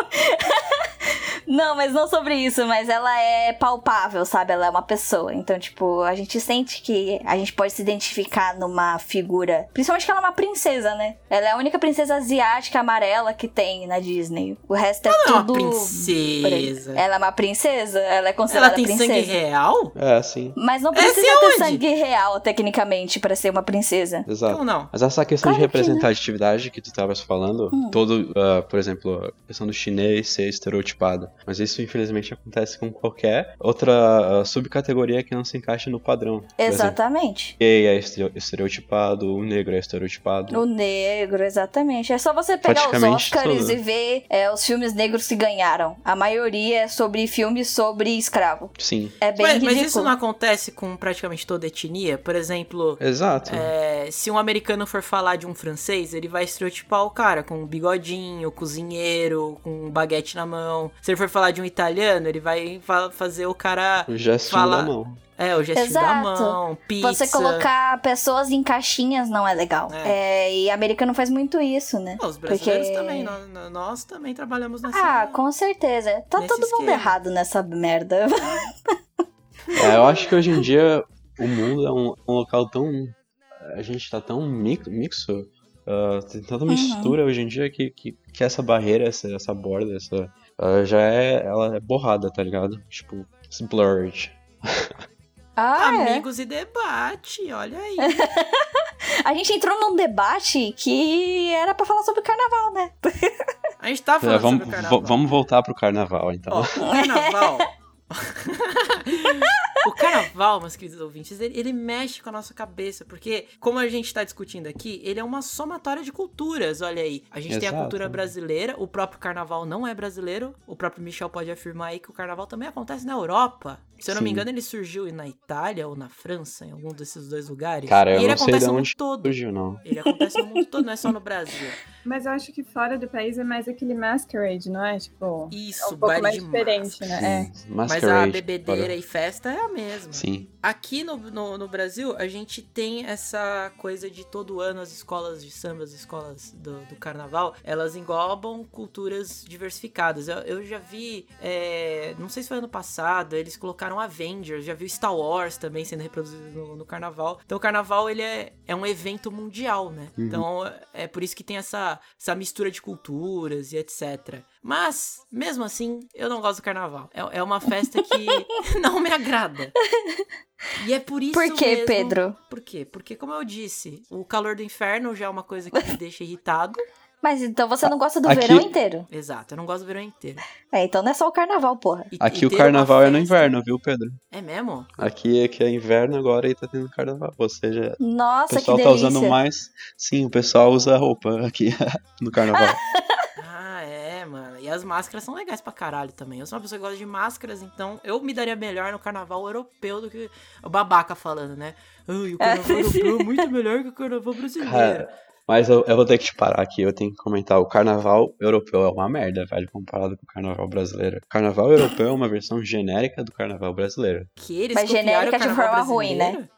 não, mas não sobre isso, mas ela é palpável, sabe? Ela é uma pessoa. Então, tipo, a gente sente que a gente pode se identificar numa figura. Principalmente que ela é uma princesa, né? Ela é a única princesa asiática amarela que tem na Disney. O resto é Ela é uma tudo. princesa. Ela é uma princesa? Ela é Ela considerada tem princesa. sangue real? É, sim. Mas não Essa precisa é ter onde? sangue real, tecnicamente, pra ser uma princesa. Exato. Ou não? Mas essa questão Claro de que não. representatividade que, tu estavas falando, todo, ah, por exemplo, a questão do chinês ser estereotipado. Mas isso, infelizmente, acontece com qualquer outra ah, subcategoria que não se encaixa no padrão. Por exemplo, Exatamente. o gay é estere- estereotipado, o negro é estereotipado. O negro, exatamente. É só você pegar os Praticamente né? Oscars tudo. e ver é, os filmes negros que ganharam. A maioria é sobre filmes sobre escravo. Sim. É bem Mas, mas ridículo. isso não acontece com praticamente toda etnia? Por exemplo, Exato. é, se um americano for falar de um francês, ele vai estereotipar o cara com um bigodinho, cozinheiro, com um baguete na mão. Se ele for falar de um italiano, ele vai fa- fazer o cara. O gestinho fala- da mão. É, o gestinho da Exato. mão, pizza. Você colocar pessoas em caixinhas não é legal. É, e americano faz muito isso, né? Ah, os brasileiros Porque- também, nó- nó- nós, também trabalhamos nessa. Ah, com certeza. Tá Nesse todo mundo esquema. errado nessa merda. [LAUGHS] É, eu acho que hoje em dia o mundo é um, um local tão. A gente tá tão mi- mixo, ah, tem tanta mistura hoje em dia que, que, que essa barreira, essa, essa borda, essa. ah, já é. Ela é borrada, tá ligado? Tipo, it's blurred. Ah, é. Amigos e debate, olha [LAUGHS] aí. A gente entrou num debate que era pra falar sobre carnaval, né? [LAUGHS] A gente tá falando É, vamos, sobre o vo- carnaval. vamos voltar pro carnaval, então. Ó, [LAUGHS] o carnaval. o carnaval, meus queridos ouvintes, ele, ele mexe com a nossa cabeça, porque, como a gente tá discutindo aqui, ele é uma somatória de culturas, olha aí. A gente tem a Exato. cultura brasileira, o próprio carnaval não é brasileiro, o próprio Michel pode afirmar aí que o carnaval também acontece na Europa. Se eu não me Sim. engano, ele surgiu na Itália ou na França, em algum desses dois lugares. Cara, e eu ele não sei acontece de no mundo onde todo. Surgiu, não. Ele acontece no mundo todo, não é só no Brasil. Mas eu acho que fora do país é mais aquele masquerade, não é? Tipo, Isso, é um pouco baile mais de diferente, máscara. né? é. Mas a Masquerade, bebedeira bora. e festa é a mesma. Sim. Aqui no, no, no Brasil, a gente tem essa coisa de todo ano as escolas de samba, as escolas do, do carnaval, elas englobam culturas diversificadas. Eu, eu já vi, é, não sei se foi ano passado, eles colocaram Avengers, já vi Star Wars também sendo reproduzido no, no carnaval. Então o carnaval, ele é, é um evento mundial, né? Uhum. Então é por isso que tem essa, essa mistura de culturas e etc. Mas, mesmo assim, eu não gosto do carnaval. É, é uma festa que [LAUGHS] não me agrada. E é por isso Por quê, mesmo- Pedro? Por quê? Porque, como eu disse, o calor do inferno já é uma coisa que me deixa [LAUGHS] irritado. Mas então você não gosta do Aqui- verão inteiro. Exato, eu não gosto do verão inteiro. É, então não é só o carnaval, porra. E- Aqui e o ter uma carnaval é no festa- inverno, viu, Pedro? É mesmo? Aqui é que é inverno agora e tá tendo carnaval. Ou seja, O Nossa, que pessoal tá delícia. usando mais. Sim, o pessoal usa roupa aqui [LAUGHS] no carnaval. [LAUGHS] Ah, é, mano. E as máscaras são legais pra caralho também. Eu sou uma pessoa que gosta de máscaras, então eu me daria melhor no carnaval europeu do [LAUGHS] é que o babaca falando, né? Ai, o carnaval europeu é muito melhor que o carnaval brasileiro. Cara, Mas eu, eu vou ter que te parar aqui, eu tenho que comentar. O carnaval europeu é uma merda, velho, comparado com o carnaval brasileiro. O carnaval europeu é uma versão genérica do carnaval brasileiro. Que eles Mas copiaram genérica o de carnaval forma ruim, né? brasileiro? Uhum.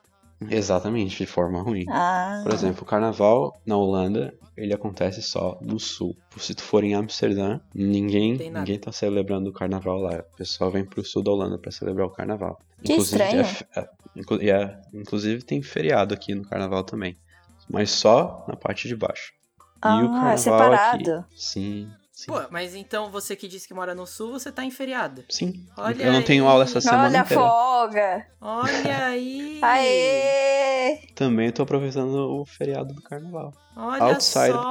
Exatamente, de forma ruim. Ah. Por exemplo, o carnaval na Holanda, ele acontece só no sul. Se tu for em Amsterdã, ninguém, Tem nada. ninguém tá celebrando o carnaval lá. O pessoal vem pro sul da Holanda pra celebrar o carnaval. Que estranho. é fe- é- inclu- e é- inclusive tem feriado aqui no carnaval também. Mas só na parte de baixo. e o Ah, carnaval é separado. aqui. Sim, sim. Pô, mas então você que disse que mora no sul, você tá em feriado. Sim. Olha eu não tenho aí. aula essa semana Olha a inteira. folga. Olha aí! Aê! Também tô aproveitando o feriado do carnaval. Olha Outside só!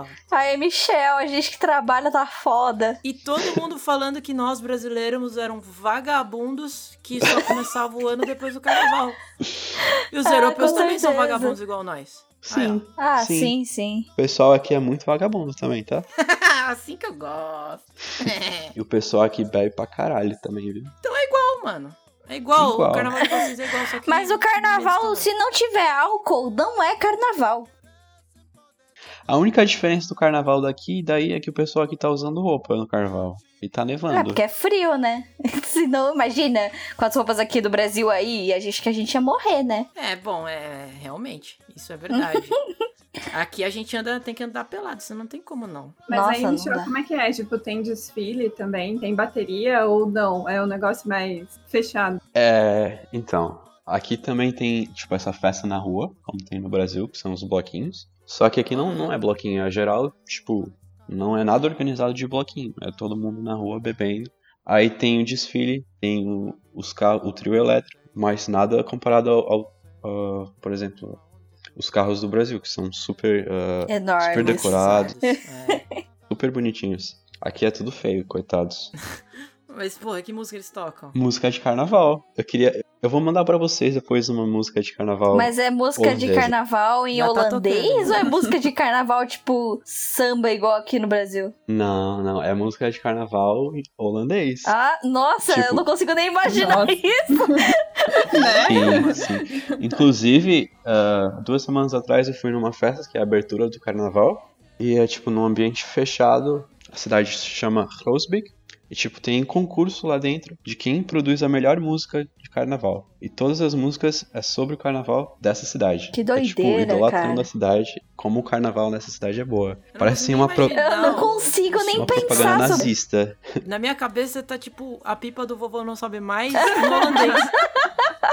Brasil. Aê, Michel, a gente que trabalha tá foda. E todo mundo falando que nós brasileiros eram vagabundos que só começavam o ano depois do carnaval. E os Ah, europeus com também são certeza. vagabundos igual [LAUGHS] nós. Sim. Ah, Sim. sim, sim. O pessoal aqui é muito vagabundo também, tá? assim que eu [LAUGHS] gosto. E o pessoal aqui bebe pra caralho também, viu? Bom, Então mano. É igual, Igual. o carnaval de vocês é igual, só que. Mas o carnaval, se não tiver álcool, não é carnaval. A única diferença do carnaval daqui e daí é que o pessoal aqui tá usando roupa no carnaval. E tá Ah, nevando. porque é frio, né? [LAUGHS] Senão, imagina, com as roupas aqui do Brasil aí, a gente que a gente ia morrer, né? É, bom, é. Realmente. Isso é [LAUGHS] verdade. Aqui a gente anda, tem que andar pelado, senão não tem como não. Mas Nossa, aí, não Michel, dá. como é que é? Tipo, tem desfile também? Tem bateria ou não? É um negócio mais fechado. É, então. Aqui também tem, tipo, essa festa na rua, como tem no Brasil, que são os bloquinhos. Só que aqui não, não é bloquinho, é geral, tipo, não é nada organizado de bloquinho. É todo mundo na rua bebendo. Aí tem o desfile, tem o, os carros, o trio elétrico, mas nada comparado ao, ao, ah, por exemplo, os carros do Brasil, que são super, ah, Super Enorme. decorado. É. super bonitinhos. Aqui é tudo feio, coitados. Mas, porra, que música eles tocam? Música de carnaval. Eu queria. Eu vou mandar pra vocês depois uma música de carnaval. Mas é música de Holandesa. carnaval em Já tá holandês tocando. ou é música de carnaval tipo samba igual aqui no Brasil? Não, não. É música de carnaval em holandês. Ah, nossa, Tipo- eu não consigo nem imaginar Nossa. isso. né? Sim, sim. Inclusive, ah, duas semanas atrás eu fui numa festa que é a abertura do carnaval. E é tipo num ambiente fechado. A cidade se chama Roosbeek. E tipo, tem concurso lá dentro de quem produz a melhor música de carnaval. E todas as músicas é sobre o carnaval dessa cidade. Que É doideira, tipo, idolatrando cara. a cidade, como o carnaval nessa cidade é boa. Eu não Parece consigo uma, nem pro- imaginar Eu não o- consigo nem uma propaganda pensar sobre nazista. Na minha cabeça tá tipo, a pipa do vovô não sobe [LAUGHS] mais em holandês.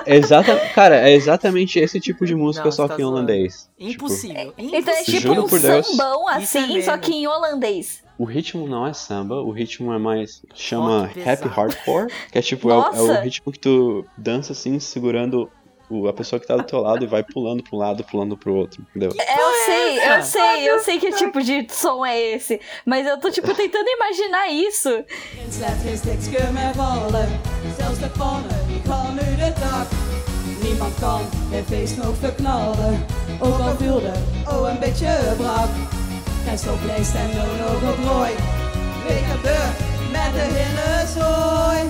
Exata... Cara, é exatamente esse tipo de música, Não, só você tá que em zoando. holandês. Tipo, Impossível. Então é Impossível. tipo Juro um por Deus. sambão Isso é assim, só mesmo. que em holandês. o ritmo não é samba, o ritmo é mais. chama Rock happy pesado. hardcore, que é tipo, é o, é o Nossa. ritmo que tu dança assim, segurando o- a pessoa que tá do teu lado e vai pulando pra um lado, pulando pro outro, entendeu? É, eu sei, eu essa? sei, eu sei que tipo de som é esse. Mas eu tô, tipo, tentando imaginar isso. [LAUGHS] Laat geen stikske meer vallen, zelfs de pannen die gaan nu de dak. Niemand kan het feest nog verknallen, ook al vuurde, oh een beetje brak. En zo blijft en no nog op rooi, wegen de met de hinnezooi.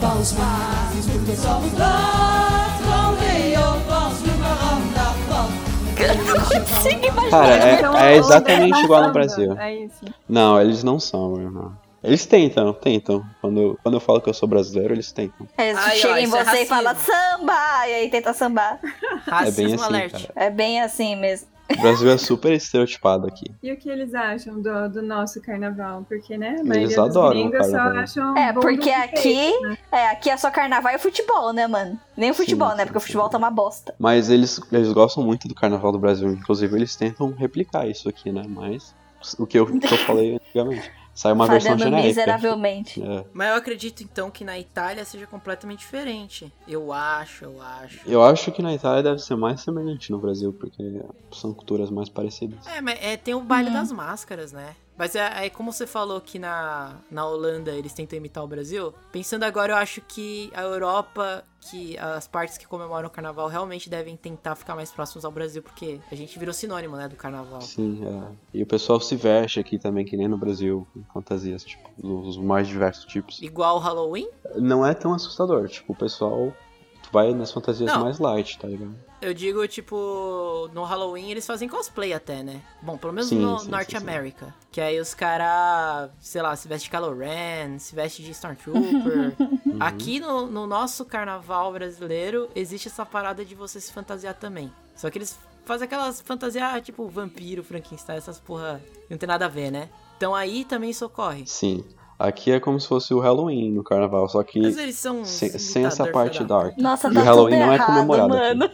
Dans maar, die zoekt het allemaal laat, gewoon mee op, dans nu maar aan dat pad. Eu não consigo imaginar. Cara, é, Então, é o- exatamente é um igual no samba, Brasil. É isso. Não, eles não são, não. Eles tentam, tentam. Quando eu, quando eu falo que eu sou brasileiro, eles tentam. É, Ai, ó, chega em isso é você e racismo. fala samba, e aí tenta sambar. Racismo é bem assim, alert. cara. É bem assim mesmo. O Brasil é super estereotipado aqui. E o que eles acham do, do nosso carnaval? Porque, né? a maioria Eles dos adoram o gringos só carnaval. acham É, bom porque do que tem. aqui. né? É, aqui é só carnaval e futebol, né, mano? Nem o Sim, futebol, sim, né? Porque o sim. futebol tá uma bosta. Mas eles, eles gostam muito do Carnaval do Brasil. Inclusive, eles tentam replicar isso aqui, né? Mas o que eu, o que eu falei antigamente. Sai É uma versão Falhando genérica. miseravelmente. É. Mas eu acredito então que na Itália seja completamente diferente. Eu acho, eu acho. Eu acho que na Itália deve ser mais semelhante no Brasil, porque são culturas mais parecidas. É, mas é, tem o Uhum. baile das máscaras, né? Mas é, é como você falou que na, na Holanda eles tentam imitar o Brasil. Pensando agora, eu acho que a Europa, que as partes que comemoram o carnaval realmente devem tentar ficar mais próximos ao Brasil, porque a gente virou sinônimo, né, do carnaval. Sim, é. E o pessoal se veste aqui também, que nem no Brasil, com fantasias, tipo, dos mais diversos tipos. Igual o Halloween? Não é tão assustador, tipo, o pessoal Tu vai nas fantasias Não. mais light, tá ligado? Eu digo, tipo, no Halloween eles fazem cosplay até, né? Bom, pelo menos Sim, no sim, Norte sim, sim. América. Que aí os caras, sei lá, se vestem de Kylo Ren, se vestem de [LAUGHS] Stormtrooper. Uhum. Aqui no, no nosso carnaval brasileiro, existe essa parada de você se fantasiar também. Só que eles fazem aquelas fantasias, tipo, vampiro, Frankenstein, essas porra. Não tem nada a ver, né? Então aí também socorre. Sim. Aqui é como se fosse o Halloween no carnaval, só que Mas é um eles são. uns sem, sem essa imitador parte federal. dark. Nossa, E tá tudo Halloween não é errado, comemorado aqui. mano.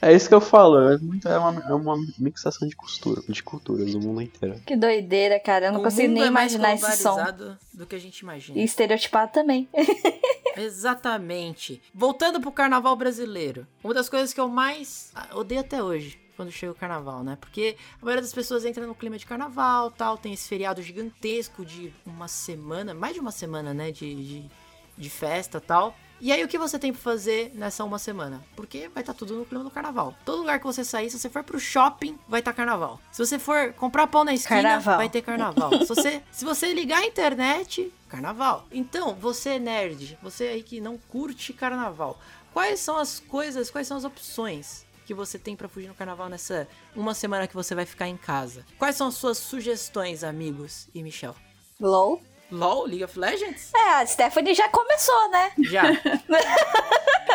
É isso que eu falo, é, muito, é, uma, é uma mixação de, costura, de culturas do mundo inteiro. Que doideira, cara. Eu não O consigo mundo nem é mais imaginar esse som. globalizado do que a gente imagina. E estereotipado também. [LAUGHS] [LAUGHS] Exatamente. Voltando pro carnaval brasileiro. Uma das coisas que eu mais ah, odeio até hoje, quando chega o carnaval, né? Porque a maioria das pessoas entra no clima de carnaval, tal, tem esse feriado gigantesco de uma semana, mais de uma semana, né, de, de, de festa, tal. E aí o que você tem pra fazer nessa uma semana? Porque vai estar tudo no clima do carnaval. Todo lugar que você sair, se você for pro shopping, vai estar carnaval. Se você for comprar pão na esquina, Carnaval. vai ter carnaval. se, você, se você ligar a internet, carnaval. Então, você nerd, você aí que não curte carnaval, quais são as coisas, quais são as opções que você tem pra fugir no carnaval nessa uma semana que você vai ficar em casa? Quais são as suas sugestões, amigos e Michel? LOL. LOL, League of Legends? É, a Stephanie já começou, né? [LAUGHS] Já.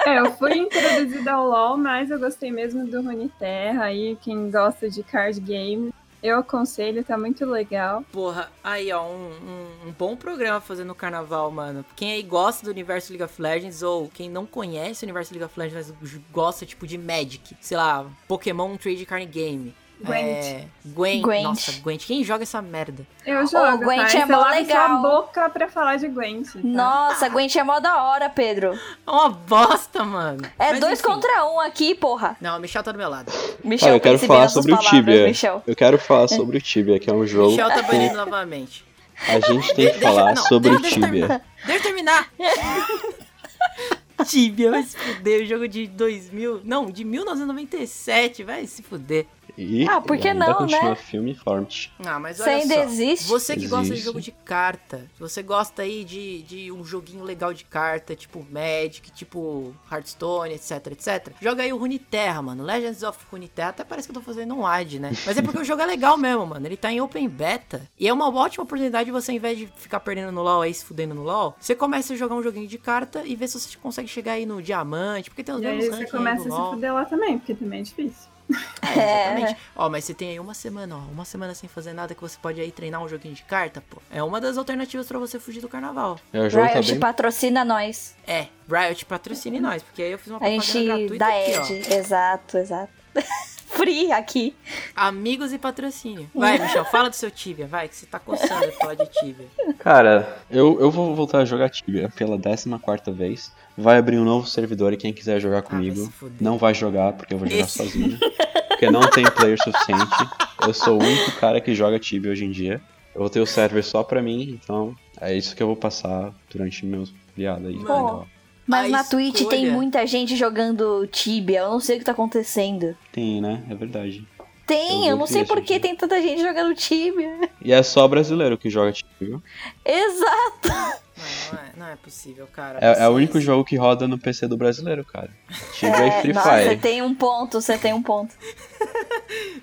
É, eu fui introduzida ao LoL, mas eu gostei mesmo do Runeterra. Aí, quem gosta de card game, eu aconselho, tá muito legal. Porra, aí ó, um, um- um bom programa fazendo no carnaval, mano. Quem aí gosta do universo League of Legends ou quem não conhece o universo League of Legends, mas gosta tipo de Magic, sei lá, Pokémon um Trade Card Game. Gwent. É, Gwent. Gwent. Nossa, Gwent. Quem joga essa merda? Eu jogo, Gwent tá? é E você mó lava legal. sua boca pra falar de Gwent. tá? Nossa, Gwen é mó da hora, Pedro. É uma bosta, mano. É Mas, dois enfim. contra um aqui, porra. Não, o Michel tá do meu lado. Michel, Ah, eu quero pense bem falar nas suas sobre o palavras, Tibia. Michel. Eu quero falar sobre o Tibia, que é um jogo Michel tá banido que novamente. a gente [LAUGHS] tem que Deixa- falar não, sobre o deixa eu terminar. Tibia. Deixa eu terminar. [LAUGHS] Tibia, vai se fuder. O jogo de 2000. Não, de 1997. Vai se fuder. E Ah, por que ainda não, continua né? filme forte. Ah, mas Você olha ainda só. existe? Você que gosta de Existe. jogo de carta, você gosta aí de, de um joguinho legal de carta, tipo Magic, tipo Hearthstone, etc, etc. Joga aí o Runeterra, mano. Legends of Runeterra. Até parece que eu tô fazendo um ad, né? Mas é porque o jogo é legal mesmo, mano. Ele tá em open beta. E é uma ótima oportunidade de você, ao invés de ficar perdendo no LoL aí, se fudendo no LoL, você começa a jogar um joguinho de carta e vê se você consegue chegar aí no diamante, porque tem os E aí mesmos você rankings começa aí a do se LoL. fuder lá também, porque também é difícil. É. Exatamente. Ó, mas você tem aí uma semana, ó. Uma semana sem fazer nada que você pode aí treinar um joguinho de carta, pô. É uma das alternativas pra você fugir do carnaval. É, o jogo tá Riot bem patrocina nós. É, Riot, patrocine nós, porque aí eu fiz uma Uhum. A propaganda gente gratuita dá aqui, ó. Ed. Exato, exato. [LAUGHS] Free aqui. Amigos e patrocínio. Vai, Michel, fala do seu Tibia, vai, que você tá coçando de falar de Tibia. Cara, eu, eu vou voltar a jogar Tibia pela 14 vez. Vai abrir um novo servidor e quem quiser Ah, jogar vai comigo se fuder. não vai jogar, porque eu vou [LAUGHS] jogar Esse. sozinho. Porque não tem player suficiente. Eu sou o único cara que joga Tibia hoje em dia. Eu vou ter o server só pra mim, então é isso que eu vou passar durante meus feriados aí. Mano. Legal. Mas A na Twitch tem escolha- muita gente jogando Tibia. Eu não sei o que tá acontecendo. Tem, né? É verdade. Tem, eu, Eu não vi sei isso, por que gente. tem tanta gente jogando Tibia. [LAUGHS] E é só brasileiro que joga Tibia, viu? Exato. Não, não é, não é possível, cara. É, é Vocês- o único jogo que roda no PC do brasileiro, cara. Tibia e [LAUGHS] É, Free nossa, você Fire. tem um ponto, você tem um ponto.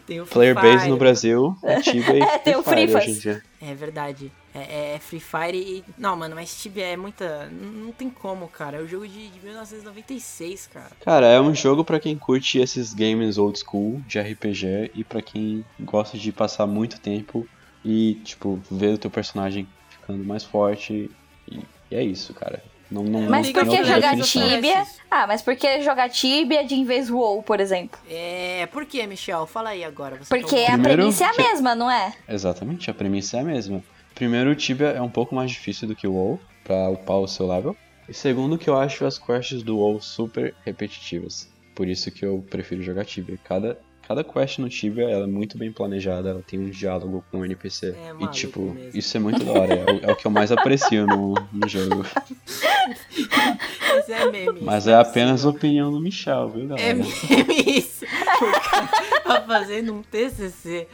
Tem o Free Player base Fire. no Brasil é Tibia e É, [LAUGHS] tem Free o Fire Free hoje em Fire. dia. É verdade. É, é Free Fire e. Não, mano, mas Tibia é muita. Não não tem como, cara. É o jogo de de 1996, cara. Cara, é um jogo pra quem curte esses games old school de RPG e pra quem gosta de passar muito tempo e, tipo, ver o teu personagem ficando mais forte. E, e é isso, cara. Não, não, Mas não por tem que outra jogar definição. Tibia? Ah, mas por que jogar Tibia de em vez WoW, por exemplo? É, por que, Michel? Fala aí agora. Você Porque que é a um- [LAUGHS] Primeiro, premissa é a que- mesma, não é? Exatamente, a premissa é a mesma. Primeiro, o Tibia é um pouco mais difícil do que o WoW pra upar o seu level. E segundo, que eu acho as quests do WoW super repetitivas. Por isso que eu prefiro jogar Tibia. Cada, cada quest no Tibia ela é muito bem planejada, ela tem um diálogo com o NPC. É, e maluco tipo, mesmo. isso é muito da hora. É o, é o que eu mais aprecio no, no jogo. [LAUGHS] Mas é meme. Mas isso, é não possível. apenas a opinião do Michel, viu, É galera? meme isso. O cara tá fazendo um TCC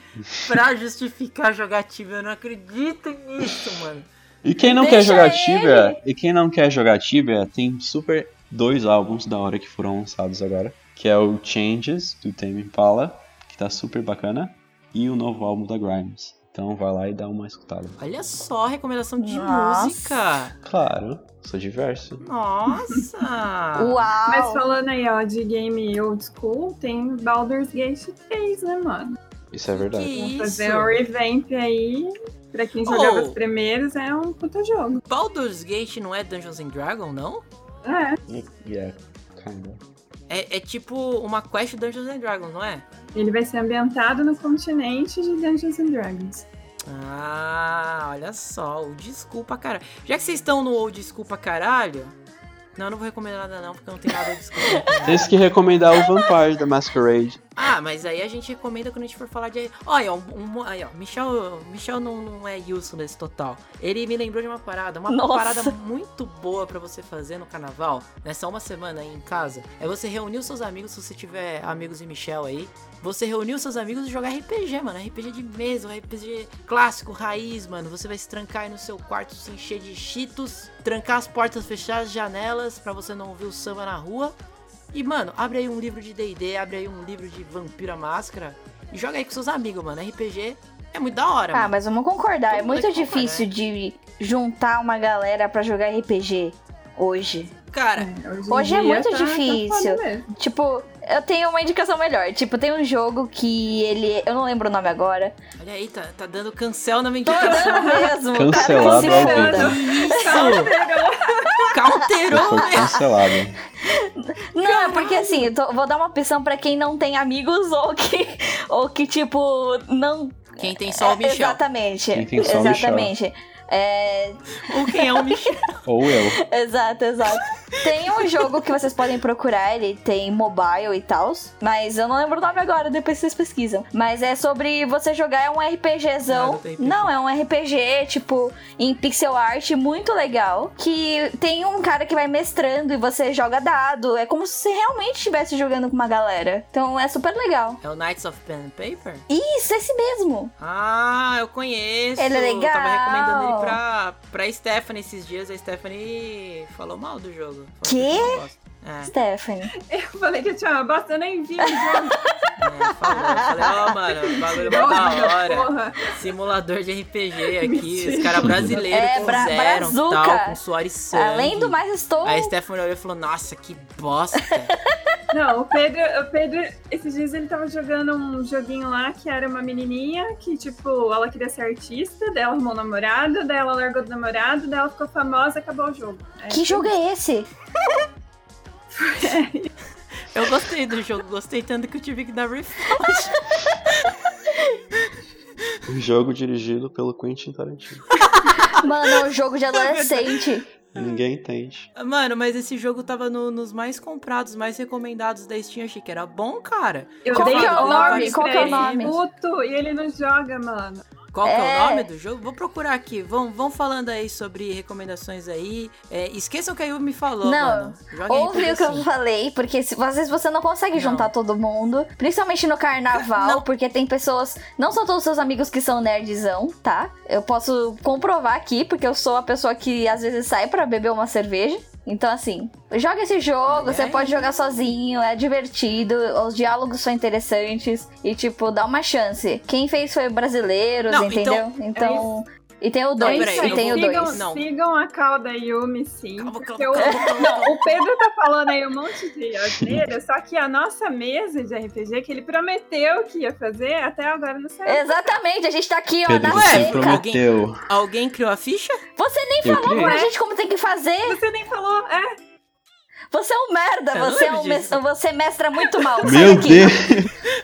pra justificar jogar Tibia. Eu não acredito nisso, mano. E quem não Deixa quer jogar ele! Tibia, e quem não quer jogar Tibia, tem super dois álbuns da hora que foram lançados agora, que é o Changes do Tame Impala, que tá super bacana, e o novo álbum da Grimes. Então vai lá e dá uma escutada. Olha só, recomendação de Nossa. música. Claro, sou diverso. Ah, Nossa! Uau! Mas falando aí, ó, de game old school, tem Baldur's Gate 3, né, mano? Isso é que verdade. Vamos isso? fazer um revamp aí. Pra quem jogava Oh. os primeiros, é um puta jogo. Baldur's Gate não é Dungeons and Dragons, não? É, Yeah, kinda. É, é tipo uma quest Dungeons and Dragons, não é? ele vai ser ambientado no continente de Dungeons and Dragons. Ah, olha só, o desculpa caralho. Já que vocês estão no old school pra caralho. Não, eu não vou recomendar nada não, porque eu não tenho nada de desculpa. Tens que recomendar o Vampire da Masquerade. ah, mas aí a gente recomenda quando a gente for falar de. Olha, um, um- aí, ó, Michel, Michel não, não é Wilson nesse total. Ele me lembrou de uma parada, uma Nossa. parada muito boa pra você fazer no carnaval, nessa uma semana aí em casa. É você reunir os seus amigos, se você tiver amigos e Michel aí, você reunir os seus amigos e jogar RPG, mano. RPG de mesa, um RPG clássico, raiz, mano. Você vai se trancar aí no seu quarto, se encher de cheetos, trancar as portas, fechar as janelas pra você não ouvir o samba na rua. E, mano, abre aí um livro de D&D, abre aí um livro de Vampira Máscara e joga aí com seus amigos, mano. RPG é muito da hora, Ah, mano. mas vamos concordar, Todo é mundo muito tem que difícil de juntar uma galera pra jogar RPG hoje. Cara, Hoje, em Hoje é dia muito tá- tá difícil. foda mesmo. Tipo, eu tenho uma indicação melhor. Tipo, tem um jogo que ele. é- Eu não lembro o nome [LAUGHS] agora. olha aí, tá, tá dando cancel na minha Tô indicação. olhando Cancelado mesmo. cara, ao que se vivo. foda. Isso! Ele Counterou, foi né? cancelado. Não, é porque assim, eu tô- vou dar uma opção pra quem não tem amigos [LAUGHS] ou que, ou que tipo, não. É, Quem tem só o Michel. Exatamente. Quem tem só o Michel. exatamente. É, Ou quem é o Michel. Ou eu. exato, exato. tem um jogo que vocês podem procurar, ele tem mobile e tal, mas eu não lembro o nome agora, depois vocês pesquisam. Mas é sobre você jogar um RPGzão. Nada tem RPG. Não, é um RPG, tipo, em pixel art muito legal. Que tem um cara que vai mestrando e você joga dado. É como se você realmente estivesse jogando com uma galera. Então é super legal. É o Knights of Pen and Paper? Isso, esse mesmo. Ah, eu conheço. Ele é legal. Tava recomendando ele pra, pra Stephanie esses dias. A Stephanie falou mal do jogo. Falou Quê? eu não gosto. É, Stephanie. Eu falei que eu tinha uma bosta, eu nem vi o [LAUGHS] jogo. é, falou. Eu Falei, ó, mano, o Tá bagulho é mó da hora. Porra. Simulador de [LAUGHS] RPG aqui. Mentira. Os caras brasileiros É, que bra- fizeram brazuca. tal, com suor e sangue. Além do mais, estou. Aí é a Stephanie olhou e falou, nossa, que [LAUGHS] bosta. Não, o Pedro, o Pedro, esses dias ele tava jogando um joguinho lá que era uma menininha que, tipo, ela queria ser artista, daí ela arrumou um namorado, daí ela largou do namorado, daí ela ficou famosa acabou o jogo. Aí Que jogo é [LAUGHS] esse? eu gostei do jogo, gostei tanto que eu tive que dar refund. Um jogo dirigido pelo Quentin Tarantino. Mano, é um jogo de adolescente. Ninguém entende. Mano, mas esse jogo tava no- nos mais comprados, mais recomendados da Steam, achei que era bom, cara. Eu Qual dei que é o ordem nome? pra Qual que é o ele, nome? Puto, e ele não joga, mano. Qual que é É. o nome do jogo? Vou procurar aqui. Vão, vão falando aí sobre recomendações aí. É, esqueçam o que a Yu me falou, Não, mano. assim. Joga Ouve RPG o que eu sim. falei, porque se, às vezes você não consegue Não. juntar todo mundo. Principalmente no carnaval, Não. porque tem pessoas. Não são todos seus amigos que são nerdzão, tá? Eu posso comprovar aqui, porque eu sou a pessoa que às vezes sai pra beber uma cerveja. Então, assim, joga esse jogo, Olha você aí. pode jogar sozinho, é divertido, os diálogos são interessantes e, tipo, dá uma chance. Quem fez foi brasileiros, Não, é entendeu? Então. e tem o dois, peraí, e eu tem o vou- dois. sigam, Não. sigam a calda Yumi, sim. Calma, porque calma, o- calma, calma, Não, calma. o Pedro tá falando aí um monte de asneira, só que a nossa mesa de RPG que ele prometeu que ia fazer, até agora não saiu. Exatamente, a gente tá aqui, ó, Pedro, na você Ué, me seca. prometeu. Alguém criou a ficha? Você nem Eu falou criei. pra gente como tem que fazer. Você nem falou, é, Você é um merda. Eu não Você, é lembro um mes- disso. você mestra muito mal. Sai Meu daqui. Deus!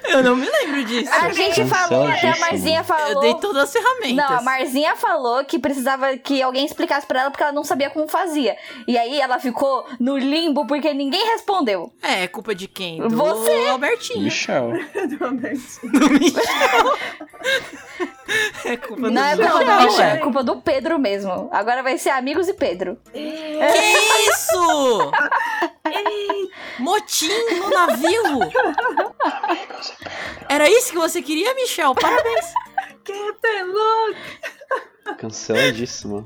Eu não me lembro disso. A gente falou, até a Canceladíssimo. Marzinha falou. Eu dei então. todas as ferramentas. Não, a Marzinha falou que precisava que alguém explicasse pra ela porque ela não sabia como fazia. E aí ela ficou no limbo porque ninguém respondeu. É, é culpa de quem? Do Você. [LAUGHS] Albertinho. Michel. Donald. Do Michel. é culpa do não é Michel. culpa do Michel, Michel, é né? é. culpa do Pedro mesmo. Agora vai ser amigos e Pedro. É. Que isso? Motim no navio? Era isso que você queria, Michel? Parabéns. Captain Luke! Canceladíssimo.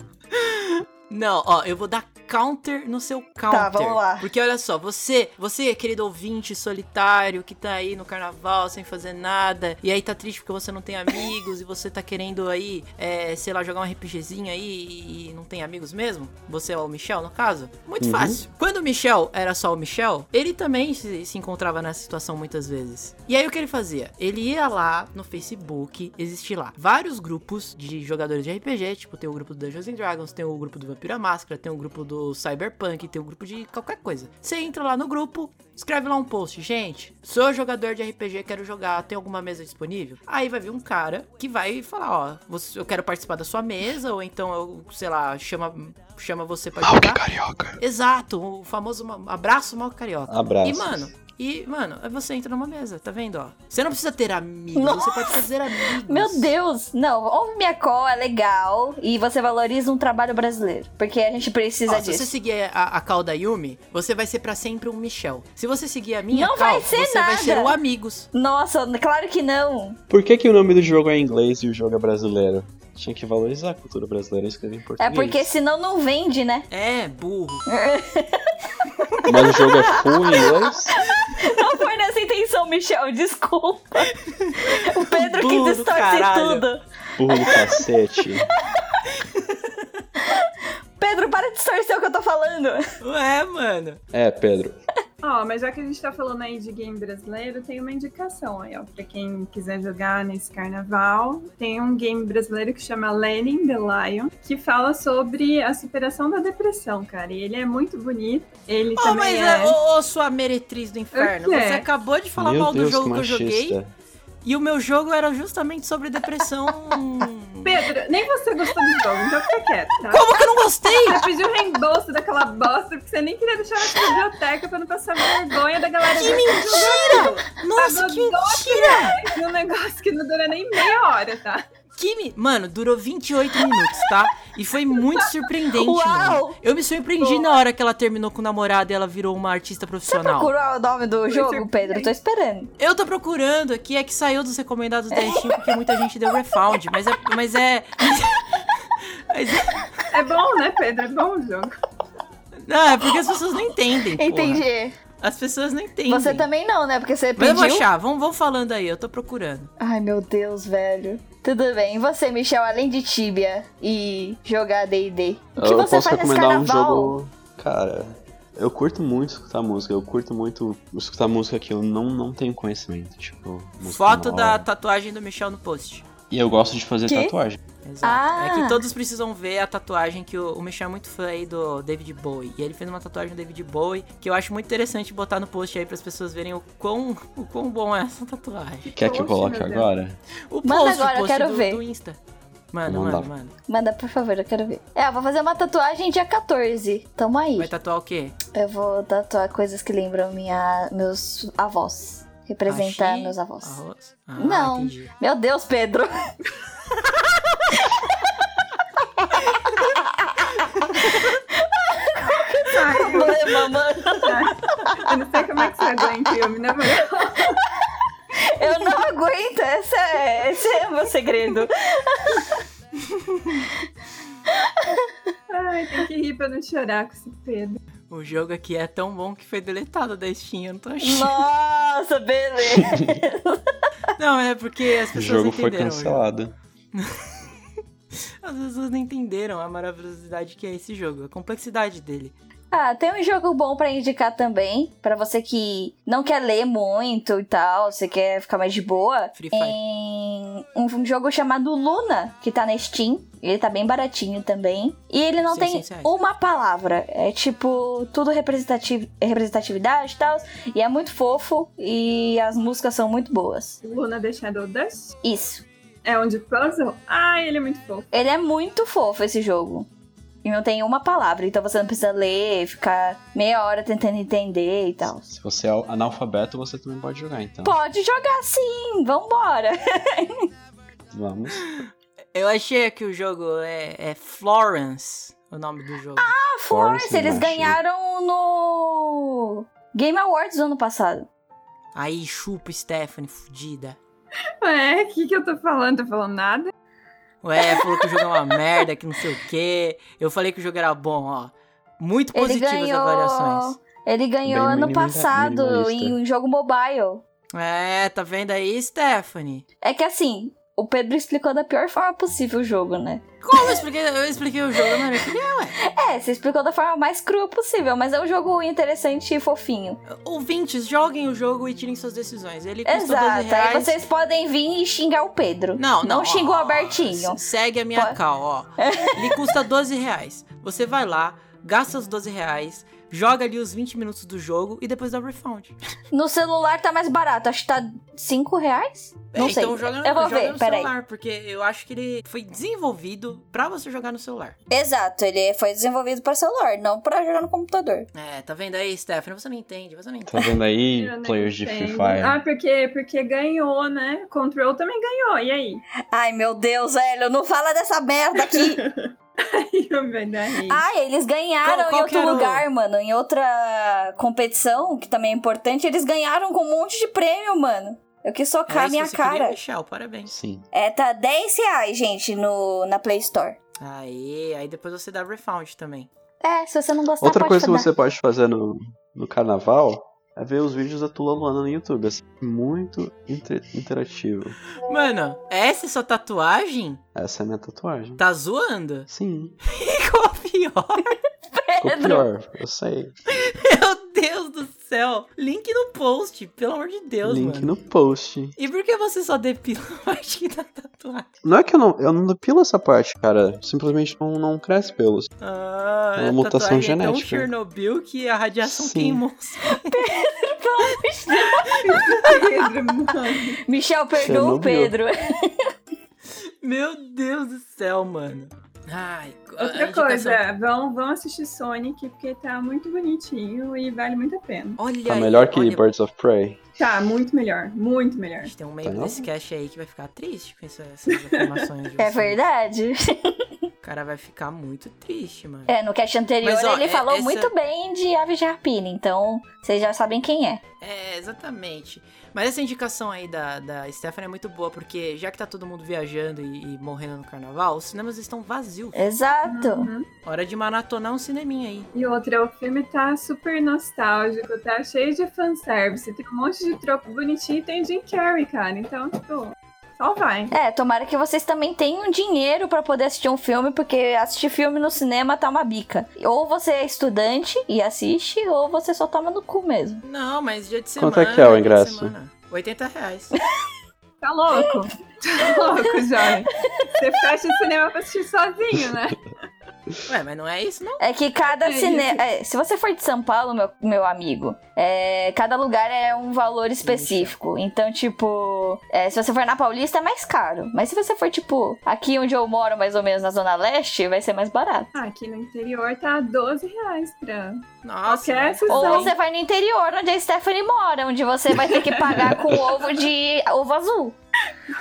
Não, ó, eu vou dar counter no seu counter. Tá, vamos lá. Porque olha só, você, você, querido ouvinte solitário que tá aí no carnaval sem fazer nada, e aí tá triste porque você não tem amigos e você tá querendo aí, é, sei lá, jogar um RPGzinho aí e não tem amigos mesmo? Você é o Michel, no caso? Muito Uhum. fácil. Quando o Michel era só o Michel, ele também se, se encontrava nessa situação muitas vezes. E aí o que ele fazia? Ele ia lá no Facebook, existe lá vários grupos de jogadores de RPG, tipo tem o grupo do Dungeons and Dragons, tem o grupo do Vampira Máscara, tem o grupo do Cyberpunk, tem o grupo de qualquer coisa. Você entra lá no grupo, escreve lá um post, gente, sou jogador de RPG, quero jogar, tem alguma mesa disponível? Aí vai vir um cara que vai falar, ó, você- eu quero participar da sua mesa, ou então eu, sei lá, chama, chama você pra jogar. carioca. Exato, o famoso ma- abraço mal carioca. Abraço. E, mano, e, mano, aí você entra numa mesa, tá vendo, ó? Você não precisa ter amigos, você Nossa! pode fazer amigos. Meu Deus! Não, ouve minha call, é legal. E você valoriza um trabalho brasileiro. Porque a gente Ó, precisa se você disso. seguir a, a call da Yumi, você vai ser pra sempre um Michel. Se você seguir a minha Não call, vai ser você vai nada. ser o Amigos. Nossa, claro que não. Por que, que o nome do jogo é em inglês e o jogo é brasileiro? Tinha que valorizar a cultura brasileira e escrever em É português. porque senão não vende, né? É, burro. Mas o jogo é full em inglês? Não foi nessa intenção, Michel, desculpa. O Pedro que Burro do distorce caralho. tudo. Burro do cacete. Pedro, para de distorcer o que eu tô falando. Ué, mano. É, Pedro. Ó, mas já que a gente tá falando aí de game brasileiro, tem uma indicação aí, ó, pra quem quiser jogar nesse carnaval. Tem um game brasileiro que chama Lenin the Lion, que fala sobre a superação da depressão, cara. E ele é muito bonito. Ele Ô, mas, também é... é, ô, ô, sua meretriz do inferno, O É. quê? você acabou de falar Meu mal Deus, do jogo que que eu joguei, machista. e o meu jogo era justamente sobre [LAUGHS] depressão. Pedro, nem você gostou do jogo, então fica quieto, tá? Como que eu não gostei? Tá Você pediu reembolso daquela bosta, porque você nem queria deixar na biblioteca pra não passar vergonha da galera. Que mentira! Nossa, que mentira! né? Um negócio que não dura nem meia hora, tá? Que me... Mano, durou 28 minutos, tá? E foi muito surpreendente, Uau! mano. Eu me surpreendi na hora que ela terminou com o namorado e ela virou uma artista profissional. Procurou o nome do jogo, surpreendente. Pedro? Tô esperando. Eu tô procurando aqui, é que saiu dos recomendados da Steam porque muita gente deu refound, mas é. Mas é. [LAUGHS] mas é- É bom, né, Pedro? É bom o jogo. Não, é porque as pessoas não entendem. porra. Entendi. As pessoas não entendem. Você também não, né? Porque você Mas eu vou pediu. achar, vamos, vamos falando aí, eu tô procurando. Ai, meu Deus, velho. Tudo bem. E você, Michel, além de Tibia e jogar D&D? O que eu você posso faz nesse recomendar um carnaval? jogo. Cara, eu curto muito escutar música. Eu curto muito escutar música que eu não, não tenho conhecimento. Tipo, música Foto da nova. tatuagem do Michel no post. E eu gosto de fazer Quê? tatuagem. Exato. Ah. É que todos precisam ver a tatuagem que o, o Michel é muito fã aí do David Bowie. E ele fez uma tatuagem do David Bowie que eu acho muito interessante botar no post aí para as pessoas verem o quão, [LAUGHS] o quão bom é essa tatuagem. Quer que eu Poxa, coloque meu Deus. agora? O Manda post, agora, o post eu quero do, ver. do Insta. Mano, Vou mano, mandar. mano. Manda, por favor, eu quero ver. É, eu vou fazer uma tatuagem dia 14. Tamo aí. Vai tatuar o quê? Eu vou tatuar coisas que lembram minha, meus avós. Representar Abacaxi, meus avós. Arroz? Ah, Não. entendi. Meu Deus, Pedro. [LAUGHS] Problema, mano. Eu não sei como é que você aguenta filme, né, mano? Eu não aguento. Essa é, esse é o [LAUGHS] meu segredo. Ai, tem que rir pra não chorar com esse Pedro. O jogo aqui é tão bom que foi deletado da Steam, eu não tô achando. [LAUGHS] Nossa, beleza. Não, é porque as O pessoas jogo foi entenderam. né? o jogo. cancelado. As pessoas não entenderam a maravilhosidade que é esse jogo, a complexidade dele. Ah, tem um jogo bom pra indicar também. Pra você que não quer ler muito e tal, você quer ficar mais de boa. Free Fire. Em um jogo chamado Luna, que tá na Steam. Ele tá bem baratinho também. E ele não tem 600 reais. uma palavra. É tipo, tudo representativo, representatividade e tal. E é muito fofo. E as músicas são muito boas. Luna The Shadow Dust. Isso. É onde puzzle. Ai, ele é muito fofo. Ele é muito fofo esse jogo. E não tem uma palavra. Então você não precisa ler, ficar meia hora tentando entender e tal. Se você é analfabeto, você também pode jogar, então. Pode jogar sim, vambora. [LAUGHS] Vamos. Eu achei que o jogo é, é Florence, o nome do jogo. Ah, Force, Force, eles eu achei. ganharam no Game Awards do ano passado. Aí chupa Stephanie, fudida. Ué, o que, que eu tô falando? Tô falando nada? [LAUGHS] Ué, falou que o jogo é uma merda, que não sei o quê. Eu falei que o jogo era bom, ó. Muito Ele positivas ganhou- avaliações. Ele ganhou Bem ano minimalista- passado minimalista. em um jogo mobile. É, tá vendo aí, Stephanie? É que assim, o Pedro explicou da pior forma possível o jogo, né? Como eu expliquei, eu expliquei o jogo na minha opinião, ué. É, você explicou da forma mais crua possível, mas é um jogo interessante e fofinho. Ouvintes, joguem o jogo e tirem suas decisões. Ele custa 12 Exato. Aí reais. vocês podem vir e xingar o Pedro. Não, não. Não xingou o ó, Albertinho. se- Segue a minha Pode- cal, [LAUGHS] ó. Ele custa 12 reais. Você vai lá, gasta os 12 reais, joga ali os 20 minutos do jogo e depois dá o refund. No celular tá mais barato, acho que tá 5 reais? Não É, sei. Então joga, eu vou joga ver, no peraí. celular, porque eu acho que ele foi desenvolvido pra você jogar no celular. Exato, ele foi desenvolvido pra celular, não pra jogar no computador. É, tá vendo aí, Stephanie? Você não entende, você não entende. Tá vendo [LAUGHS] aí, Eu nem players de Free entendo. Fire? Ah, porque, porque ganhou, né? Control também ganhou, e aí? [LAUGHS] Ai, meu Deus, velho, não fala dessa merda aqui. Aí eu me dei. ah, eles ganharam Qual- qual em que outro era o- lugar, mano, em outra competição, que também é importante, eles ganharam com um monte de prêmio, mano. Eu quis socar É a isso minha que você queria, cara. Michel, parabéns. Sim. É, tá 10 reais, gente, no, na Play Store. Aí, aí depois você dá refund também. É, se você não gostar, Outra pode coisa que [LAUGHS] dar. você pode fazer no, no carnaval é ver os vídeos da Tula Luana no YouTube. É sempre muito inter- interativo. Mano, essa é sua tatuagem? Essa é a minha tatuagem. Tá zoando? Sim. Ficou pior. Ficou pior, eu sei. [LAUGHS] Meu Deus do céu. Link no post, pelo amor de Deus, Link mano. no post. E por que você só depila a parte da tatuagem? Não é que eu não, eu não depilo essa parte, cara. Simplesmente não, não cresce pelos. Ah, É uma a mutação tatuagem É tão genética. Chernobyl que a radiação Sim. queimou. [LAUGHS] Pedro, mano. Michel perdoa não o Pedro. Meu Deus do céu, mano. Ai, a Outra indicação- coisa, vão, vão assistir Sonic, porque tá muito bonitinho e vale muito a pena. Olha Tá aí, melhor que olha, Birds of Prey. Tá, muito melhor, muito melhor. a gente Tem um meio Tá. desse cast aí que vai ficar triste com essa- essas [LAUGHS] afirmações. de É vocês. verdade. O cara vai ficar muito triste, mano. É, no cast anterior Mas, ó, ele é- falou essa- muito bem de Aves de Rapina, então vocês já sabem quem é. É, exatamente. Mas essa indicação aí da, da Stephanie é muito boa, porque já que tá todo mundo viajando e, e morrendo no carnaval, os cinemas estão vazios. Exato. Uhum. Hora de maratonar um cineminha aí. E outra, o filme tá super nostálgico, tá cheio de fanservice, tem um monte de troco bonitinho e tem Jim Carrey, cara. Então, tipo, só vai. É, tomara que vocês também tenham dinheiro pra poder assistir um filme, porque assistir filme no cinema tá uma bica. Ou você é estudante e assiste, ou você só toma no cu mesmo. Não, mas dia de semana. Quanto é que é o dia de ingresso? semana. 80 [LAUGHS] reais. Tá louco? [LAUGHS] Tá louco, jovem. Você fecha o cinema pra assistir sozinho, né? Ué, mas não é isso, não? É que cada É cinema. se você for de São Paulo, meu, meu amigo, é, cada lugar é um valor específico. Então, tipo, é, se você for na Paulista é mais caro. Mas se você for, tipo, aqui onde eu moro, mais ou menos na Zona Leste, vai ser mais barato. Ah, aqui no interior tá 12 reais pra Nossa. qualquer mas- sessão. Ou você vai no interior, onde a Stephanie mora, onde você vai ter que pagar com ovo de ovo azul.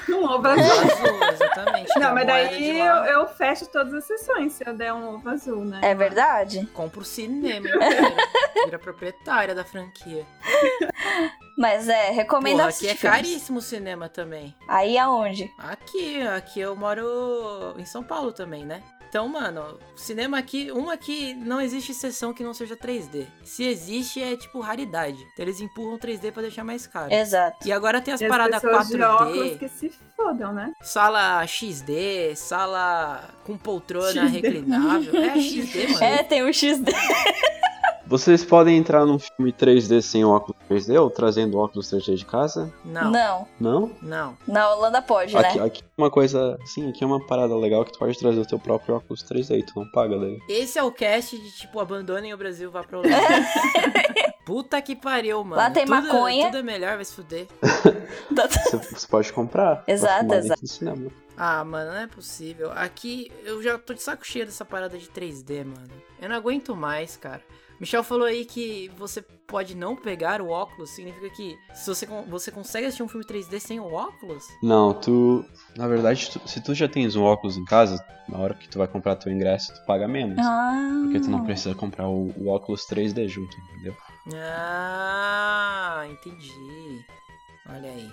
um [LAUGHS] ovo azul. Azul, exatamente. Não, mas Moeda é de daí eu, lá. eu fecho todas as sessões se eu der um ovo azul, né? É verdade? Compro o cinema. [LAUGHS] inteiro. Vira proprietária da franquia. Mas é, recomendo Porra, aqui assistir é filmes. caríssimo o cinema também. Aí aonde? Aqui, aqui eu moro em São Paulo também, né? Então, mano, cinema aqui, uma que não existe sessão que não seja 3D. Se existe, é tipo raridade. Então eles empurram 3D pra deixar mais caro. Exato. E agora tem as E as paradas pessoas de óculos 4D, que se fodam, né? sala XD, sala com poltrona reclinável. É XD, mano. É, tem o XD. Vocês podem entrar num filme 3D sem óculos 3D ou trazendo óculos 3D de casa? Não, [LAUGHS] Não. não. Né? Não? na Holanda pode, Aqui, né? aqui é uma coisa. Sim, aqui é uma parada legal que tu pode trazer o teu próprio óculos 3D, tu não paga daí. Esse é o cast de tipo, abandonem o Brasil, vá pra Holanda. Puta que pariu, mano. Lá tem Tudo- maconha. Tudo é melhor, vai se fuder. Você, você pode comprar. pra Exato, fumar dentro exato. do cinema. Ah, mano, não é possível. Aqui eu já tô de saco cheio dessa parada de 3D, mano. Eu não aguento mais, cara. Michel falou aí que você pode não pegar o óculos, significa que se você, con- você consegue assistir um filme 3D sem o óculos? Não, tu. Na verdade, tu- se tu já tens um óculos em casa, na hora que tu vai comprar teu ingresso, tu paga menos. Ah. Porque tu não precisa comprar o, o óculos 3D junto, entendeu? Ah, entendi. Olha aí.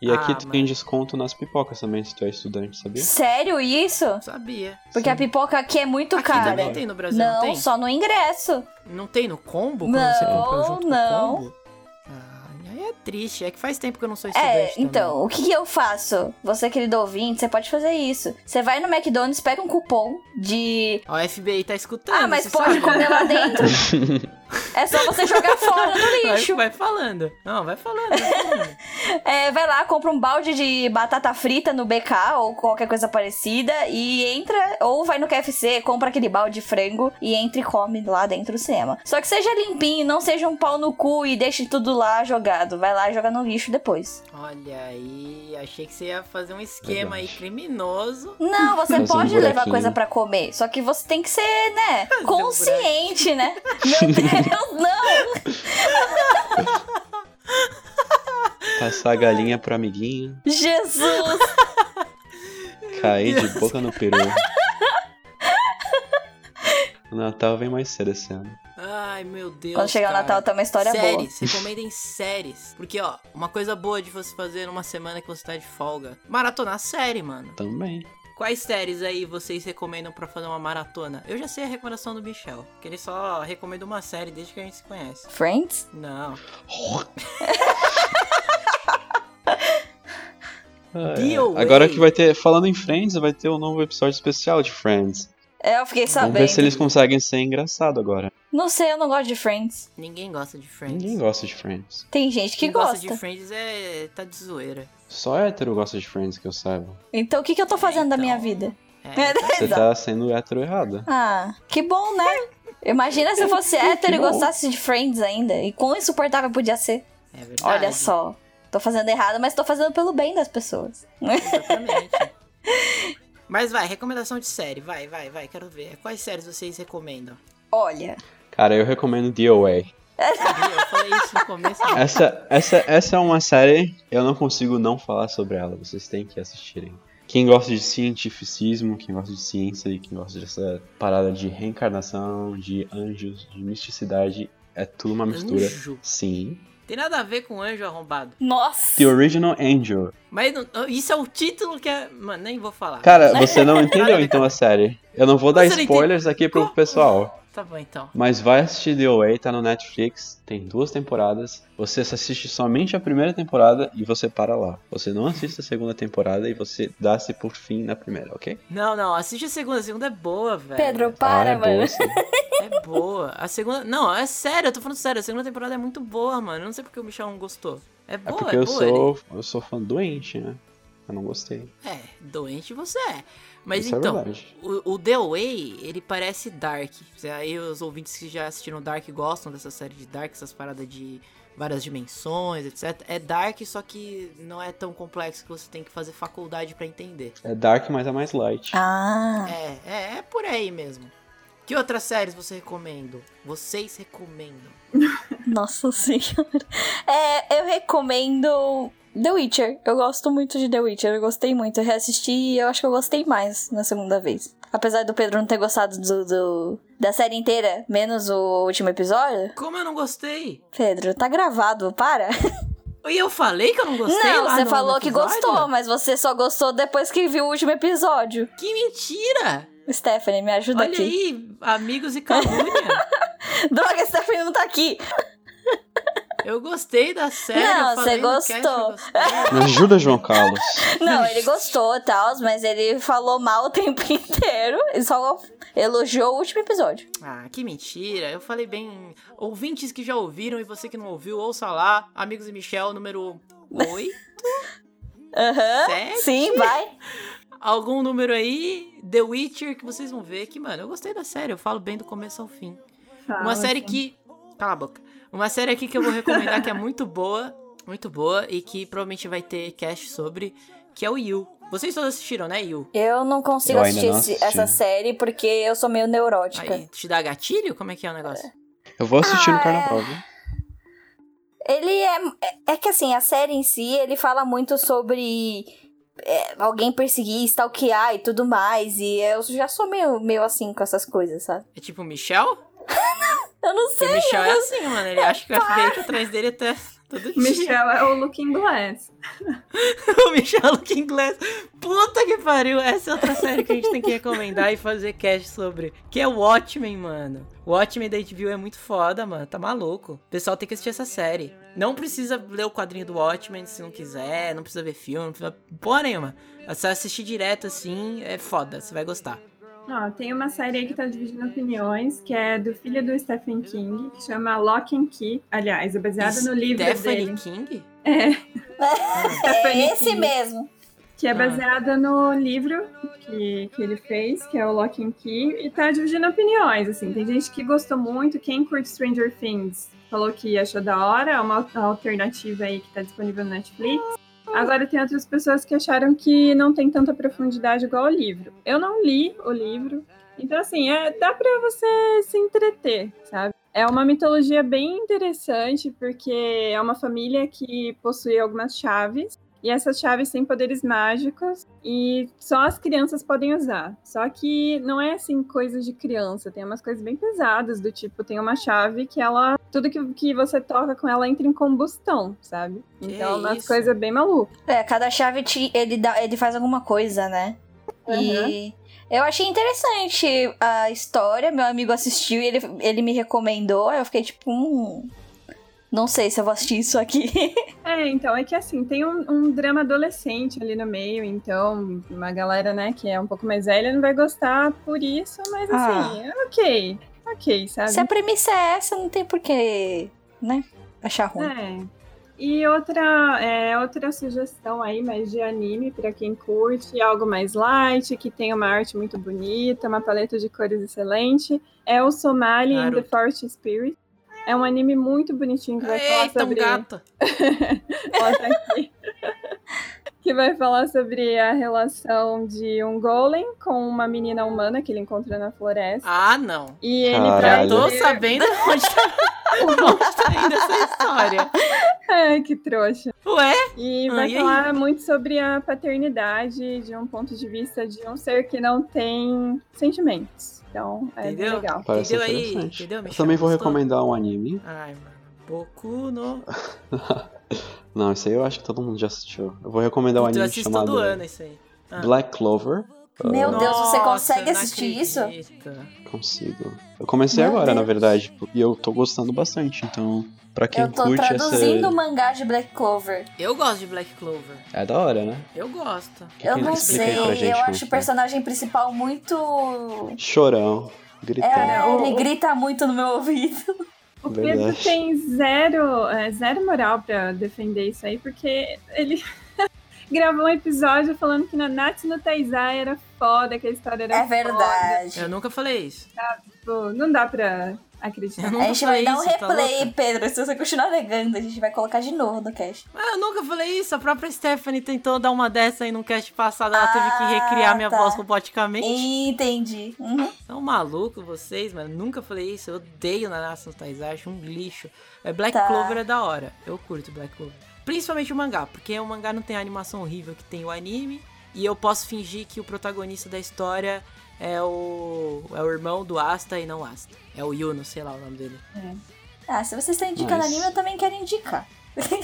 E aqui Ah, tu mas- tem desconto nas pipocas também, se tu é estudante, sabia? Sério isso? Sabia. Porque a pipoca aqui é muito Aqui cara. também tem no Brasil, não, Não, tem? só no ingresso. Não tem no combo? Quando Não, você compra junto não. com o combo? Ah, aí é triste. É né? que faz tempo que eu não sou estudante. É, também. então, o que, que eu faço? Você, querido ouvinte, você pode fazer isso. Você vai no McDonald's, pega um cupom de. Ó, O FBI tá escutando. Ah, mas você pode sabe? é? comer [LAUGHS] lá dentro. é só você jogar fora no lixo. Vai, vai falando. Não, vai [LAUGHS] falando. vai falando. É, vai lá, compra um balde de batata frita no BK ou qualquer coisa parecida e entra, ou vai no KFC, compra aquele balde de frango e entra e come lá dentro do cinema. Só que seja limpinho, não seja um pau no cu e deixe tudo lá jogado. Vai lá e joga no lixo depois. Olha aí, achei que você ia fazer um esquema aí Verdade. criminoso. [LAUGHS] Não, você Fazer um pode levar buraquinho. coisa pra comer, só que você tem que ser, né, um consciente, né? Meu [LAUGHS] Deus, não! Passar a Tá galinha pro amiguinho, Jesus! cair de boca no [LAUGHS] peru. O Natal vem mais cedo esse ano. Ai, meu Deus. Quando chegar o cara. Natal tem uma história boa. séries, recomendem séries. Porque, ó, uma coisa boa de você fazer numa semana que você tá de folga. Maratonar série, mano. Também. Quais séries aí vocês recomendam pra fazer uma maratona? Eu já sei a recomendação do Michel, que ele só recomenda uma série desde que a gente se conhece. Friends? Não. Ah, é. Deal, Agora hein? que vai ter, falando em Friends, vai ter um novo episódio especial de Friends. É, eu fiquei Vamos Tá sabendo. ver se eles conseguem ser engraçado agora. Não sei, eu não gosto de Friends. Ninguém gosta de Friends. Ninguém gosta de Friends. Tem gente que Quem gosta. de Friends é. tá de zoeira. Só hétero gosta de Friends que eu saiba. Então o que, que eu tô fazendo da então. minha vida? [LAUGHS] É, Você tá sendo hétero errada. Ah, que bom, né? Imagina se eu fosse [LAUGHS] hétero e bom. gostasse de Friends ainda. E quão insuportável podia ser. é verdade. Olha só. Tô fazendo errado, mas tô fazendo pelo bem das pessoas. [LAUGHS] Exatamente. Mas vai, recomendação de série, vai, vai, vai, quero ver. Quais séries vocês recomendam? Olha. Cara, eu recomendo The Away. Sabia? Eu falei isso no começo. né? Essa, essa, essa é uma série, eu não consigo não falar sobre ela, vocês têm que assistirem. Quem gosta de cientificismo, quem gosta de ciência e quem gosta dessa parada de reencarnação, de anjos, de misticidade, é tudo uma mistura. Anjo. Sim. Tem nada a ver com anjo arrombado. Nossa. The Original Angel. Mas não- isso é o título que é. Mano, nem vou falar. Cara, você não entendeu Nada, então a série. Eu não vou dar Você não spoilers aqui pro Como? pessoal, Tá bom então. mas vai assistir The Away, tá no Netflix, tem duas temporadas. Você assiste somente a primeira temporada e você para lá. Você não assiste a segunda temporada e você dá-se por fim na primeira, ok? Não, não, assiste a segunda. A segunda é boa, velho. Pedro, para, é mano. boa, sim. É boa. A segunda. Não, é sério, eu tô falando sério. A segunda temporada é muito boa, mano. Eu não sei porque o Michel não gostou. É [LAUGHS] É boa, é, porque eu boa. ele- sou, eu sou fã doente, né? Eu não gostei. É, doente você é. Mas Isso é então, verdade. o, o The Way, ele parece Dark. Aí os ouvintes que já assistiram Dark gostam dessa série de Dark, essas paradas de várias dimensões, etc. É Dark, só que não é tão complexo que você tem que fazer faculdade pra entender. É dark, mas é mais light. Ah. É, é, é por aí mesmo. Que outras séries você recomenda? Vocês recomendam? Nossa [LAUGHS] senhora. É, eu recomendo The Witcher. Eu gosto muito de The Witcher. Eu gostei muito. Eu reassisti e eu acho que eu gostei mais na segunda vez. Apesar do Pedro não ter gostado do, do- da série inteira, menos o último episódio. Como eu não gostei? Pedro, tá gravado, para. E eu falei que eu não gostei não, lá no- você no falou que episódio? gostou, mas você só gostou depois que viu o último episódio. Que mentira! Stephanie, me ajuda Olha aqui. aí, amigos e calúnia. [LAUGHS] Droga, Stephanie não tá aqui. eu gostei da série. Não, eu falei você no cast que eu gostou. gostei. Me ajuda, João Carlos. Não, ele gostou e tal, mas ele falou mal o tempo [LAUGHS] inteiro e só elogiou o último episódio. Ah, que mentira. Eu falei bem. Ouvintes que já ouviram e você que não ouviu, ouça lá. Amigos e Michel, número [LAUGHS] 8, Aham. 7. Sim, vai. Algum número aí, The Witcher, que vocês vão ver que, mano, eu gostei da série. Eu falo bem do começo ao fim. Uma série assim. que. Cala a boca. Uma série aqui que eu vou recomendar que é muito boa, muito boa, e que provavelmente vai ter cast sobre, que é o You. Vocês todos assistiram, né, You? Eu não consigo Eu ainda assistir não esse- assisti. essa série porque eu sou meio neurótica. Aí, te dá gatilho? Como é que é o negócio? Eu vou assistir Ah, no é. carnaval, viu? Ele é, é- é que assim, a série em si, ele fala muito sobre é, alguém perseguir, stalkear e tudo mais. E eu já sou meio, meio assim com essas coisas, sabe? É tipo o Michel? Eu não assim, sei. o é Michel [LAUGHS] é assim, mano. Ele acha que o FBI tá atrás dele até Todo dia. Michel é o Looking Glass. o Michel Looking Glass. Puta que pariu! Essa é outra série que a gente tem que recomendar e fazer cast sobre. Que é o Watchmen, mano. O Watchmen da HBO é muito foda, mano. Tá maluco. O pessoal tem que assistir essa série. Não precisa ler o quadrinho do Watchmen se não quiser. Não precisa ver filme. Não precisa porra nenhuma. É só assistir direto assim. É foda. Você vai gostar. Ó, tem uma série aí que tá dividindo opiniões, que é do filho do Stephen King, que chama Lock and Key. Aliás, é baseada no livro Stephanie dele. King? É esse mesmo. Que é Ah. baseada no livro que, que ele fez, que é o Lock and Key, e tá dividindo opiniões, assim. Tem gente que gostou muito, quem curte Stranger Things falou que achou da hora, é uma alternativa aí que tá disponível no Netflix. Agora tem outras pessoas que acharam que não tem tanta profundidade igual o livro. Eu não li o livro, então assim, é, dá pra você se entreter, sabe? É uma mitologia bem interessante, porque é uma família que possui algumas chaves, e essas chaves têm poderes mágicos e só as crianças podem usar. Só que não é assim coisas de criança, tem umas coisas bem pesadas, do tipo, tem uma chave que ela. Tudo que, que você toca com ela entra em combustão, sabe? Então, é umas isso? coisas bem malucas. É, cada chave te- ele, dá, ele faz alguma coisa, né? Uhum. E eu achei interessante a história. Meu amigo assistiu e ele, ele me recomendou. Aí eu fiquei tipo, hum. Não sei se eu vou assistir isso aqui. [LAUGHS] É, então, é que assim, tem um, um drama adolescente ali no meio, então uma galera, né, que é um pouco mais velha não vai gostar por isso, mas assim, ok, ok, Uhum. sabe? se a premissa é essa, não tem porquê, né? Achar Ah. ruim. É. E outra, é, outra sugestão aí, mais de anime, pra quem curte, algo mais light, que tem uma arte muito bonita, uma paleta de cores excelente, é o Somali in the Naruto. Forest Spirit. É um anime muito bonitinho que vai falar Eita, um sobre. gato. [LAUGHS] Bota aqui. que vai falar sobre a relação de um golem com uma menina humana que ele encontra na floresta. Ah, não. E ele Caralho. vai. Eu tô sabendo [LAUGHS] onde [LAUGHS] tá, onde tá indo essa história. [LAUGHS] Ai, que trouxa. Ué? E Ah, vai e aí? falar muito sobre a paternidade de um ponto de vista de um ser que não tem sentimentos. Então, é bem Entendeu? legal. Parece Entendeu aí? interessante. Entendeu, Eu Michel? também vou Gostou? recomendar um anime. Ai, mano. Boku no... Não, esse aí eu acho que todo mundo já assistiu. Eu vou recomendar um Eu anime assisto todo chamado ano isso aí. Ah. Black Clover. Meu Ah, Deus, você Nossa, não consegue assistir isso? acredito. Consigo. Eu comecei Meu agora, na Deus. verdade, e eu tô gostando bastante, então, pra quem eu tô curte traduzindo o essa. mangá de Black Clover. Eu gosto de Black Clover. É da hora, né? Eu gosto. Que Eu que não explica sei, aí pra gente eu como acho o que é? personagem principal muito. Chorão, gritando. É, Então, o- ele grita muito no meu ouvido. O Pedro Verdade. tem zero, é, zero moral pra defender isso aí, porque ele [LAUGHS] gravou um episódio falando que Nanatsu no Taizai era foda, que a história era É foda. verdade. Eu nunca falei isso. Tipo, não dá pra acreditar. Eu A nunca gente vai falei dar um isso, tá replay, louca? Pedro. Se você continuar negando, a gente vai colocar de novo no cast. Ah, eu nunca falei isso. A própria Stephanie tentou dar uma dessa aí num cast passado. Ela Ah, teve que recriar minha tá. voz roboticamente. Entendi. Uhum. São malucos vocês, mano. Nunca falei isso. Eu odeio Nanatsu no Taizai, acho um lixo. É, Black Tá. Clover é da hora. Eu curto Black Clover. Principalmente o mangá, porque o mangá não tem a animação horrível que tem o anime. E eu posso fingir que o protagonista da história é o, é o irmão do Asta e não Asta. É o Yuno, sei lá o nome dele. Ah, se você está indicando Mas- anime, eu também quero indicar.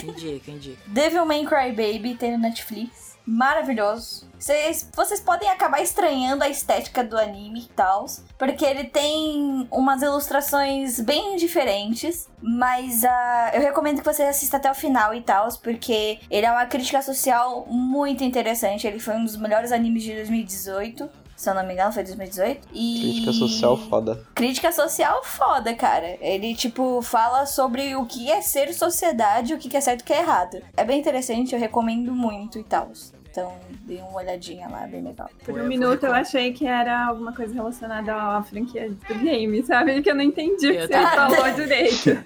Indica, [LAUGHS] indica. Devilman Crybaby tem no Netflix. Maravilhoso. Vocês, vocês podem acabar estranhando a estética do anime e tal, porque ele tem umas ilustrações bem diferentes, mas ah, eu recomendo que você assista até o final e tal, porque ele é uma crítica social muito interessante. Ele foi um dos melhores animes de 2018, se eu não me engano, foi 2018. E... Crítica social foda. Crítica social foda, cara. Ele, tipo, fala sobre o que é ser sociedade, o que que é certo e o que é errado. É bem interessante, eu recomendo muito e tal. Então, dê uma olhadinha lá, é bem legal. Por Foi, um eu minuto eu falei- achei que era alguma coisa relacionada à franquia do game, sabe? Que eu não entendi o que Eu você também. falou direito.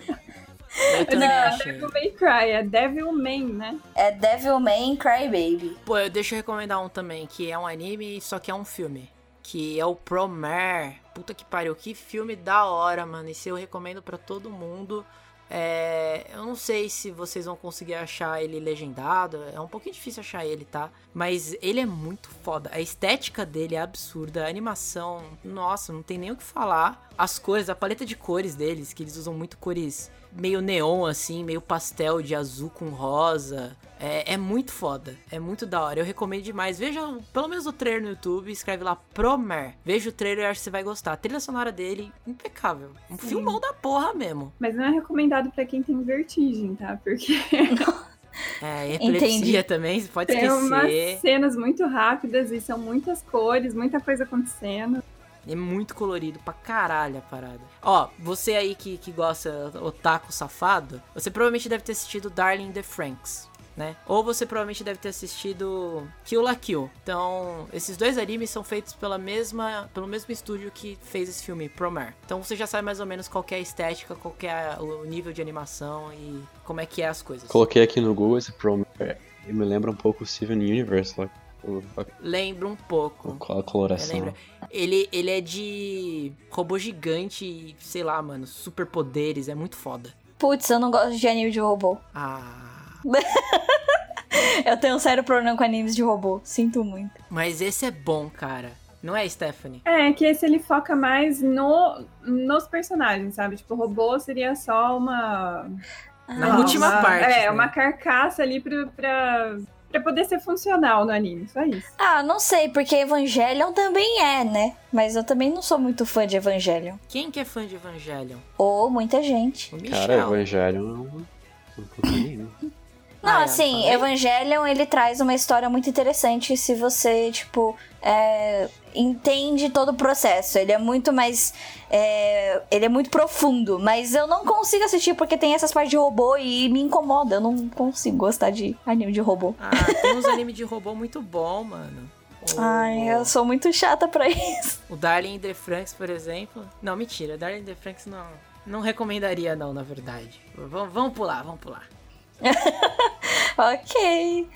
Eu também Não. achei. Devil May Cry, é Devil May, né? É Devilman Crybaby. Pô, eu- deixa eu recomendar um também, que é um anime, só que é um filme. Que é o Promare. Puta que pariu, que filme da hora, mano. Esse eu recomendo pra todo mundo. É, eu não sei se vocês vão conseguir achar ele legendado. É um pouquinho difícil achar ele, tá? Mas ele é muito foda. A estética dele é absurda. A animação, nossa, não tem nem o que falar. As cores, a paleta de cores deles, que eles usam muito cores meio neon, assim, meio pastel de azul com rosa. É, é muito foda. É muito da hora. Eu recomendo demais. Veja o- pelo menos o trailer no YouTube. Escreve lá Promer. Veja o trailer e acho que você vai gostar. A trilha sonora dele, impecável. Um filmão da porra mesmo. Mas não é recomendado pra quem tem vertigem, tá? Porque É, e Entendi. epilepsia também, você pode tem umas esquecer. cenas muito rápidas e são muitas cores, muita coisa acontecendo. É muito colorido pra caralho a parada. Ó, você aí que, que gosta otaku safado, você provavelmente deve ter assistido Darling in the Franks. Né? Ou você provavelmente deve ter assistido Kill la Kill. Então, esses dois animes são feitos pela mesma, pelo mesmo estúdio que fez esse filme, Promare. Então você já sabe mais ou menos qual que é a estética, qual que é o nível de animação e como é que é as coisas. Coloquei aqui no Google esse promo. E me lembra um pouco o Steven Universe, lá, o- a, Lembra um pouco. a coloração. Eu lembro. Ele, ele é de robô gigante, sei lá, mano, superpoderes, é muito foda. Putz, eu não gosto de anime de robô. Ah. [LAUGHS] Eu tenho um sério problema com animes de robô. Sinto muito. Mas esse é bom, cara. Não é, Stephanie? É, que esse ele foca mais no, nos personagens, sabe? Tipo, o robô seria só uma. Na uma- última parte. É, né? uma carcaça ali pra, pra, pra poder ser funcional no anime, só isso. Ah, não sei, porque Evangelion também é, né? Mas eu também não sou muito fã de Evangelion. Quem que é fã de Evangelion? Ou muita gente. O Michel. Cara, Evangelion é um. um pouquinho, né? Não, Ah, eu assim, falei? Evangelion ele traz uma história muito interessante se você, tipo, é, entende todo o processo. Ele é muito mais. é, ele é muito profundo, mas eu não consigo assistir porque tem essas partes de robô e me incomoda. Eu não consigo gostar de anime de robô. Ah, tem uns animes de robô muito bom, mano. O, Ai, eu sou muito chata pra isso. [LAUGHS] o Darling in the Franks, por exemplo. Não, mentira, Darling in the Franks não. Não recomendaria, não, na verdade. Vamos, vamos pular, vamos pular. ok.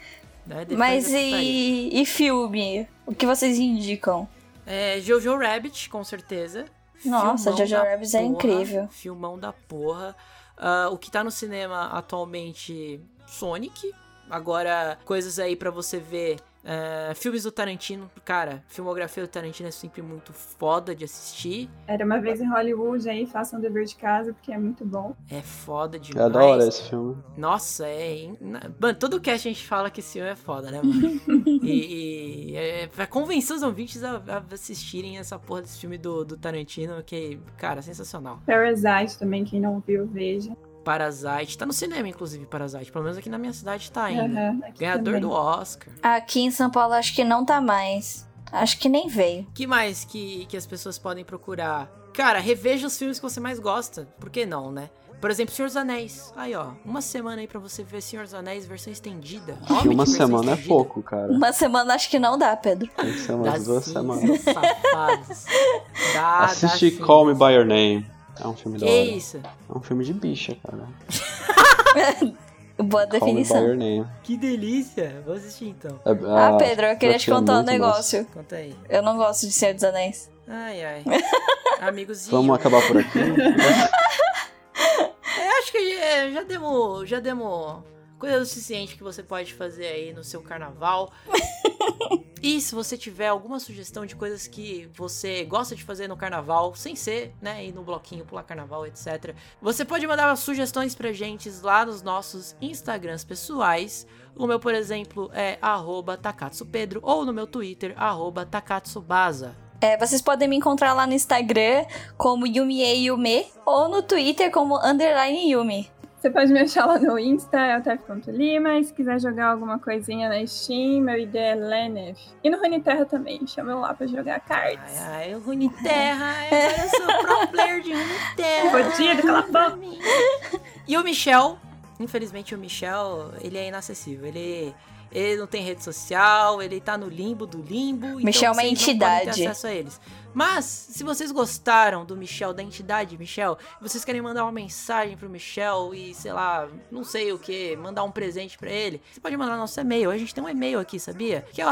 Darling in the mas Franxx é putaria. e, e filme? O que vocês indicam? É, Jojo Rabbit, com certeza. Nossa, Jojo da Rabbit é incrível. Filmão da porra. Ah, o que tá no cinema atualmente, Sonic. Agora, coisas aí pra você ver. ah, filmes do Tarantino, cara, filmografia do Tarantino é sempre muito foda de assistir. Era uma vez em Hollywood, aí façam o dever de casa, porque é muito bom. É foda demais. É da hora esse filme. Nossa, é. in- na- Mano, todo cast a gente fala que esse filme é foda, né, mano? [LAUGHS] e e é pra convencer os ouvintes a, a assistirem essa porra desse filme do, do Tarantino, que, cara, sensacional. Parasite também, quem não viu, veja. Parasite. Tá no cinema, inclusive, Parasite. Pelo menos aqui na minha cidade tá ainda. Aham, aqui Ganhador também. do Oscar. Aqui em São Paulo acho que não tá mais. Acho que nem veio. que mais que, que as pessoas podem procurar? Cara, reveja os filmes que você mais gosta. Por que não, né? Por exemplo, Senhor dos Anéis. Aí, ó. Uma semana aí pra você ver Senhor dos Anéis versão estendida. Que Hobbit uma versão semana é estendida. pouco, cara. Uma semana acho que não dá, Pedro. Tem que ser Dá umas duas sim, semanas. seus safados. Dá, dá Assiste sim. Call Me By Your Name. É um filme da Que hora. isso? É um filme de bicha, cara. Call Me By Boa definição. Your Name. Que delícia. Vou assistir então. É- Ah, é- Pedro, eu queria te filme é contar um muito negócio. Conta aí. Eu não gosto de Senhor dos Anéis. Ai, [LAUGHS] ai. massa. Amigos Vamos acabar por aqui. Eu acho que é, já demos. Já demos coisa o suficiente que você pode fazer aí no seu [LAUGHS] carnaval. e se você tiver alguma sugestão de coisas que você gosta de fazer no carnaval, sem ser, né, ir no bloquinho, pular carnaval, etc. Você pode mandar sugestões pra gente lá nos nossos Instagrams pessoais. O meu, por exemplo, é arroba takatsupedro ou no meu Twitter, arroba takatsubasa. É, vocês podem me encontrar lá no Instagram como Yumie Yume ou no Twitter como underline Yumi. Você pode me achar lá no Insta, é o Tef.lima. E se quiser jogar alguma coisinha na Steam, meu ID é Lenev. E no Runeterra também, chama eu lá pra jogar Ai, cards. ai, [LAUGHS] Runeterra, eu sou pro player de Runeterra. Fodido, cala a boca. E o Michel, infelizmente o Michel, ele é inacessível. Ele, Ele não tem rede social, ele tá no limbo do limbo. Michel então é uma vocês Não podem entidade. ter acesso a eles. Mas, se vocês gostaram do Michel, da entidade Michel, e vocês querem mandar uma mensagem pro Michel e, sei lá, não sei o que, mandar um presente pra ele, você pode mandar nosso e-mail. A gente tem um e-mail aqui, sabia? Que é o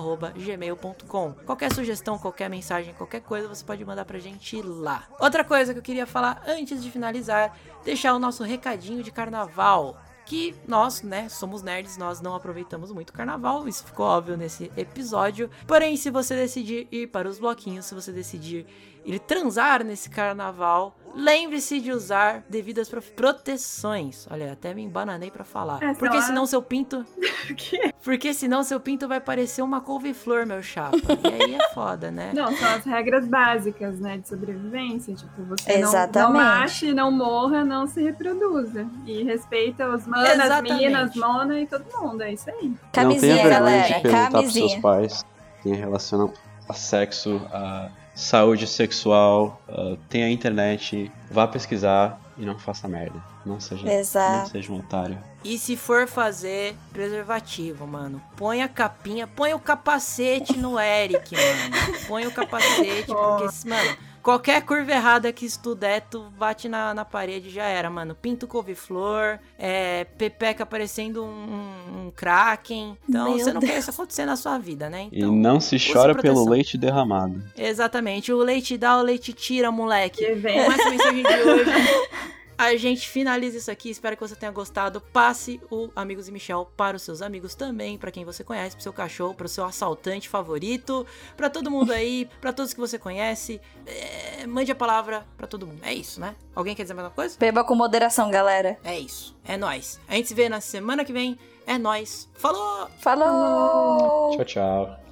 amigosemichel.gmail.com. Qualquer sugestão, qualquer mensagem, qualquer coisa, você pode mandar pra gente lá. Outra coisa que eu queria falar antes de finalizar, deixar o nosso recadinho de carnaval que nós, né, somos nerds, nós não aproveitamos muito o carnaval, isso ficou óbvio nesse episódio. Porém, se você decidir ir para os bloquinhos, se você decidir ir transar nesse carnaval, lembre-se de usar devidas pro- proteções. Olha, até me embananei pra falar. É, sei Porque lá. senão seu pinto, [LAUGHS] O quê? porque senão seu pinto vai parecer uma couve-flor, meu chapa. E aí é foda, [LAUGHS] né? Não, são as regras básicas, né, de sobrevivência. Tipo, você não- não, Exatamente. mate, não morra, não se reproduza. E respeita os manas, Exatamente. meninas, mona e todo mundo. É isso aí. Camisinha, não tenha vergonha galera. de perguntar pros seus Camisinha. pais em relação a sexo, a saúde sexual, a- tenha internet, vá pesquisar e não faça merda. Não seja, não Exato. seja um otário. E se for fazer preservativo, mano, põe a capinha, põe o capacete no Eric, mano. Põe o capacete, porque, mano, qualquer curva errada que isso tudo é, tu bate na, na parede e já era, mano. Pinto couve-flor, é, pepeca parecendo um, um- um kraken. Então, Meu você não quer isso acontecer na sua vida, né? E Então, não se use chora pelo proteção. leite derramado. Exatamente. O leite dá, o leite tira, moleque. Que vem. É Com essa mensagem de hoje, a gente finaliza isso aqui. Espero que você tenha gostado. Passe o Amigos e Michel para os seus amigos também, para quem você conhece, pro seu cachorro, pro seu assaltante favorito, para todo mundo aí, para todos que você conhece. É, mande a palavra para todo mundo. É isso, né? Alguém quer dizer mais alguma coisa? Beba com moderação, galera. É isso. É nóis. A gente se vê na semana que vem. É nóis. Falou! Falou! Tchau, tchau.